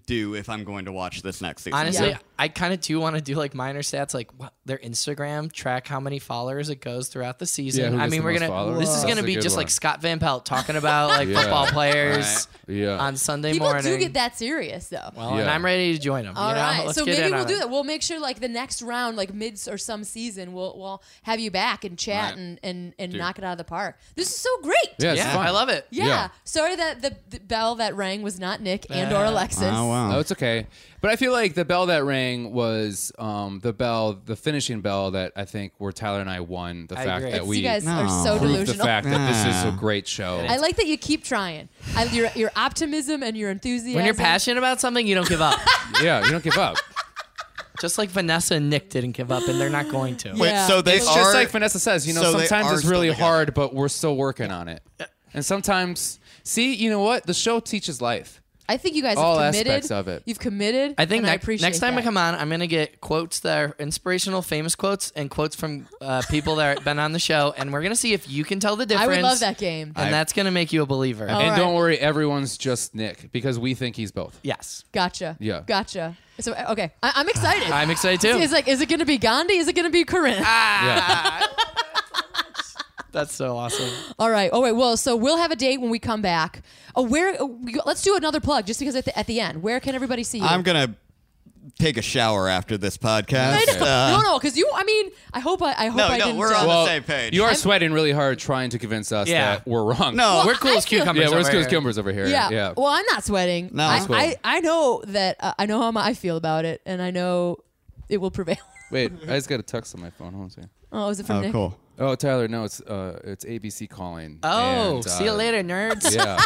Speaker 5: do if I'm going to watch this next season.
Speaker 4: Honestly,
Speaker 3: Yeah.
Speaker 4: I kind of do want to do like minor stats, like what, their Instagram, track how many followers it goes throughout the
Speaker 2: Yeah,
Speaker 4: season.
Speaker 2: who
Speaker 4: I
Speaker 2: gets
Speaker 4: mean,
Speaker 2: the
Speaker 4: we're
Speaker 2: most
Speaker 4: gonna
Speaker 2: followers?
Speaker 4: this is
Speaker 2: That's
Speaker 4: gonna
Speaker 2: a
Speaker 4: be
Speaker 2: good
Speaker 4: just
Speaker 2: one.
Speaker 4: like Scott Van Pelt talking about like
Speaker 2: Yeah.
Speaker 4: football players
Speaker 2: Yeah.
Speaker 4: on Sunday
Speaker 3: people
Speaker 4: morning.
Speaker 3: do get that serious though.
Speaker 4: Well, and
Speaker 2: Yeah.
Speaker 4: I'm ready to join them.
Speaker 3: All
Speaker 4: you know?
Speaker 3: right,
Speaker 4: Let's
Speaker 3: so
Speaker 4: get
Speaker 3: maybe
Speaker 4: in
Speaker 3: we'll
Speaker 4: on
Speaker 3: do
Speaker 4: it.
Speaker 3: that. We'll make sure like the next round, like mid or some season, we'll we'll have you back and chat
Speaker 5: Right.
Speaker 3: and and and knock it out of the park. This is so great.
Speaker 2: Yeah, it's
Speaker 4: Yeah,
Speaker 2: fun.
Speaker 4: I love it.
Speaker 3: Yeah.
Speaker 2: Yeah.
Speaker 3: Sorry that the, the bell that rang was not Nick and or
Speaker 4: Uh,
Speaker 3: Alexis.
Speaker 5: Oh wow.
Speaker 2: Oh, it's okay. But I feel like the bell that rang was um, the bell, the finishing bell that I think where Tyler and I won the
Speaker 4: I
Speaker 2: fact
Speaker 4: agree.
Speaker 2: that
Speaker 4: It's
Speaker 2: we
Speaker 3: you guys are
Speaker 5: No.
Speaker 3: so
Speaker 2: proved the
Speaker 3: delusional.
Speaker 2: fact that this is
Speaker 5: Ah.
Speaker 2: a great show.
Speaker 3: I like that you keep trying. I, your your optimism and your enthusiasm.
Speaker 4: When you're passionate about something, you don't give up.
Speaker 2: yeah, you don't give up.
Speaker 4: just like Vanessa and Nick didn't give up, and they're not going to.
Speaker 5: Wait,
Speaker 3: Yeah.
Speaker 5: so they
Speaker 2: It's
Speaker 5: are
Speaker 2: just like Vanessa says, you know,
Speaker 5: so they
Speaker 2: sometimes
Speaker 5: are
Speaker 2: it's
Speaker 5: still
Speaker 2: really
Speaker 5: together.
Speaker 2: hard, but we're still working on it. And sometimes, see, you know what? The show teaches life.
Speaker 3: I think you guys
Speaker 2: All
Speaker 3: have committed.
Speaker 2: aspects of it.
Speaker 3: You've committed.
Speaker 4: I think
Speaker 3: and I
Speaker 4: next
Speaker 3: appreciate
Speaker 4: next time
Speaker 3: that.
Speaker 4: I come on, I'm gonna get quotes that are inspirational, famous quotes, and quotes from uh, people that have been on the show, and we're gonna see if you can tell the difference.
Speaker 3: I would love that Oh. game.
Speaker 4: and that's gonna make you a believer.
Speaker 3: All
Speaker 2: and
Speaker 3: right.
Speaker 2: don't worry, everyone's just Nick because we think he's both.
Speaker 4: Yes,
Speaker 3: Gotcha.
Speaker 2: Yeah.
Speaker 3: Gotcha. So okay, I, I'm excited.
Speaker 4: I'm excited too.
Speaker 3: It's like, is it going to be Gandhi? Is it going to be Corinne?
Speaker 5: Ah.
Speaker 4: That's so awesome.
Speaker 3: All right. Oh wait. Well, so we'll have a date when we come back. Oh, where? oh, we- let's do another plug, just because at the, at the end. Where can everybody see you?
Speaker 5: I'm gonna take a shower after this podcast.
Speaker 3: Wait a-
Speaker 5: Uh,
Speaker 3: no, no, because you. I mean, I hope I, I hope
Speaker 5: No,
Speaker 3: I
Speaker 5: no,
Speaker 3: didn't.
Speaker 5: we're on
Speaker 3: uh,
Speaker 5: the same page.
Speaker 2: You are sweating really hard trying to convince us
Speaker 4: Yeah.
Speaker 2: that we're wrong.
Speaker 5: No,
Speaker 4: we're cool
Speaker 3: I
Speaker 4: as
Speaker 3: feel-
Speaker 4: cucumbers.
Speaker 2: Yeah, we're
Speaker 4: over
Speaker 2: as good as
Speaker 4: here.
Speaker 2: Cumbers over here.
Speaker 3: yeah.
Speaker 2: yeah.
Speaker 3: Well, I'm not sweating.
Speaker 5: No.
Speaker 3: I,
Speaker 5: That's cool.
Speaker 3: I I know that uh, I know how my, I feel about it, and I know it will prevail.
Speaker 2: Wait, I just got a text on my phone. Hold on a second.
Speaker 3: oh, is it from
Speaker 5: Oh,
Speaker 3: Nick?
Speaker 5: cool.
Speaker 2: Oh, Tyler, no, it's uh, it's ABC calling.
Speaker 4: Oh,
Speaker 2: And,
Speaker 4: see you
Speaker 2: uh,
Speaker 4: later, nerds.
Speaker 2: Yeah.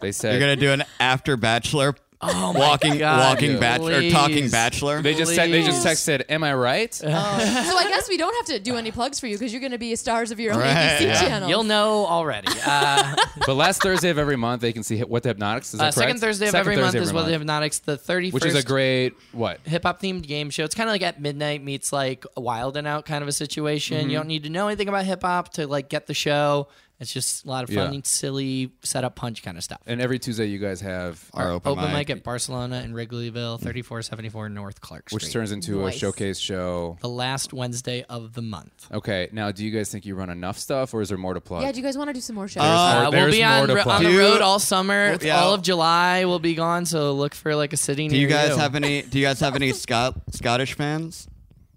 Speaker 2: they
Speaker 5: You're
Speaker 2: said
Speaker 5: gonna do an after bachelor
Speaker 4: Oh my
Speaker 5: walking
Speaker 4: God,
Speaker 5: walking
Speaker 4: dude.
Speaker 5: bachelor or
Speaker 4: Please.
Speaker 5: talking bachelor.
Speaker 2: they just te- they just
Speaker 4: Please. Oh.
Speaker 2: texted. Am I right?
Speaker 3: so I guess we don't have to do any plugs for you because you're going to be stars of your own
Speaker 5: Right,
Speaker 3: ABC
Speaker 5: yeah.
Speaker 3: channel.
Speaker 4: You'll know already. Uh,
Speaker 2: but last Thursday of every month, they can see hit what the hypnotics is.
Speaker 4: uh,
Speaker 2: that
Speaker 4: second
Speaker 2: correct?
Speaker 4: Thursday of
Speaker 2: Second
Speaker 4: every
Speaker 2: Thursday
Speaker 4: month
Speaker 2: of
Speaker 4: is
Speaker 2: every
Speaker 4: What the
Speaker 2: month,
Speaker 4: Hypnotics. The thirty first,
Speaker 2: which is a great what?
Speaker 4: hip hop themed game show. It's kind of like at midnight meets like Wild and Out kind of a situation.
Speaker 5: Mm-hmm.
Speaker 4: You don't need to know anything about hip hop to like get the show. It's just a lot of fun,
Speaker 2: Yeah.
Speaker 4: silly setup punch kind of stuff.
Speaker 2: And every Tuesday, you guys have,
Speaker 5: Our open,
Speaker 4: Open
Speaker 5: mic. Mm.
Speaker 4: mic at Barcelona and Wrigleyville, 3474 North Clark Street.
Speaker 2: which turns into
Speaker 3: Nice.
Speaker 2: a showcase show.
Speaker 4: the last Wednesday of the month.
Speaker 2: Okay, now do you guys think you run enough stuff, or is there more to plug?
Speaker 3: yeah. Do you guys want to do some more shows?
Speaker 5: Oh,
Speaker 2: There's
Speaker 4: Uh,
Speaker 2: more-
Speaker 4: we'll
Speaker 2: there's
Speaker 4: be
Speaker 2: more
Speaker 4: on,
Speaker 2: to
Speaker 4: ro-
Speaker 2: plug.
Speaker 4: on the
Speaker 5: Do-
Speaker 4: road all summer.
Speaker 5: Yeah.
Speaker 4: All of July we'll be gone, so look for like a city
Speaker 5: Do you guys have any? Do you guys have any Scot Scottish fans?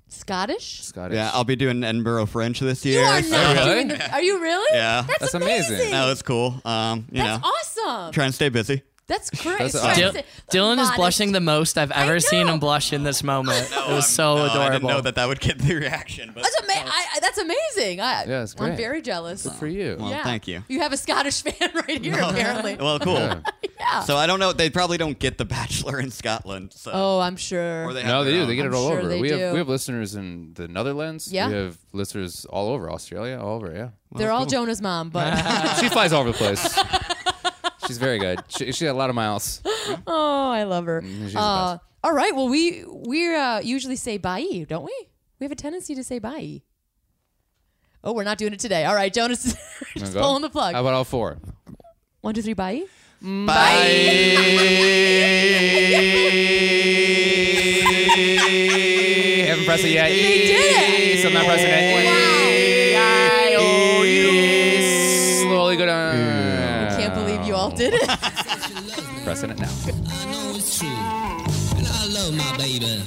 Speaker 3: Scottish.
Speaker 2: Scottish.
Speaker 5: Yeah, I'll be doing Edinburgh French this year.
Speaker 3: You are
Speaker 5: so-
Speaker 3: not
Speaker 2: Really?
Speaker 3: doing the, Are you really?
Speaker 5: Yeah.
Speaker 3: That's,
Speaker 2: That's
Speaker 3: amazing.
Speaker 2: amazing.
Speaker 5: No, it's cool. Um, you
Speaker 3: That's
Speaker 5: know,
Speaker 3: awesome.
Speaker 5: trying to stay busy.
Speaker 3: That's crazy.
Speaker 2: That's awesome.
Speaker 4: Dil- Dylan is blushing the most I've ever seen
Speaker 3: know.
Speaker 4: him blush in this moment. it was so
Speaker 5: No,
Speaker 4: adorable.
Speaker 5: I didn't know that that would get the reaction. But
Speaker 3: That's, ama- I, I- that's amazing. I,
Speaker 2: Yeah, it's
Speaker 3: I'm
Speaker 2: great.
Speaker 3: very jealous.
Speaker 2: for you.
Speaker 5: Well,
Speaker 3: Yeah.
Speaker 5: thank you.
Speaker 3: You have a Scottish fan right here, apparently.
Speaker 5: Well, cool.
Speaker 2: Yeah.
Speaker 3: Yeah.
Speaker 5: So I don't know. They probably don't get The Bachelor in Scotland. So.
Speaker 3: oh, I'm sure.
Speaker 5: Or they have
Speaker 2: No, they
Speaker 5: their
Speaker 2: do. They
Speaker 5: own.
Speaker 2: get
Speaker 3: I'm
Speaker 2: it all
Speaker 3: sure
Speaker 2: over.
Speaker 3: they
Speaker 2: We
Speaker 3: do.
Speaker 2: have we have listeners in the Netherlands.
Speaker 3: Yeah.
Speaker 2: We have listeners all over Australia, all over. Yeah.
Speaker 3: They're all Jonah's mom, but
Speaker 2: she flies all over the place. She's very good. She, she had a lot of miles.
Speaker 3: oh, I love her.
Speaker 5: Mm,
Speaker 2: she's the
Speaker 3: Uh, all right. Well, we we uh, usually say bye, don't we? We have a tendency to say bye. Oh, we're not doing it today. All right, Jonas, just
Speaker 2: Go.
Speaker 3: pulling the plug.
Speaker 2: How about all four?
Speaker 3: One, two, three, bye.
Speaker 2: You haven't pressed it yet.
Speaker 3: They did it.
Speaker 2: So I'm not pressing it.
Speaker 4: I-O-U.
Speaker 2: Slowly go down.
Speaker 3: Can't believe you
Speaker 5: Oh.
Speaker 3: all did it.
Speaker 2: Pressing it now.
Speaker 6: I know it's true. And I love my baby.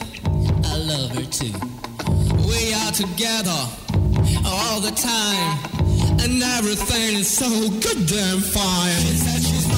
Speaker 6: I love her too. We are together all the time. And everything is so good damn fine. She said she's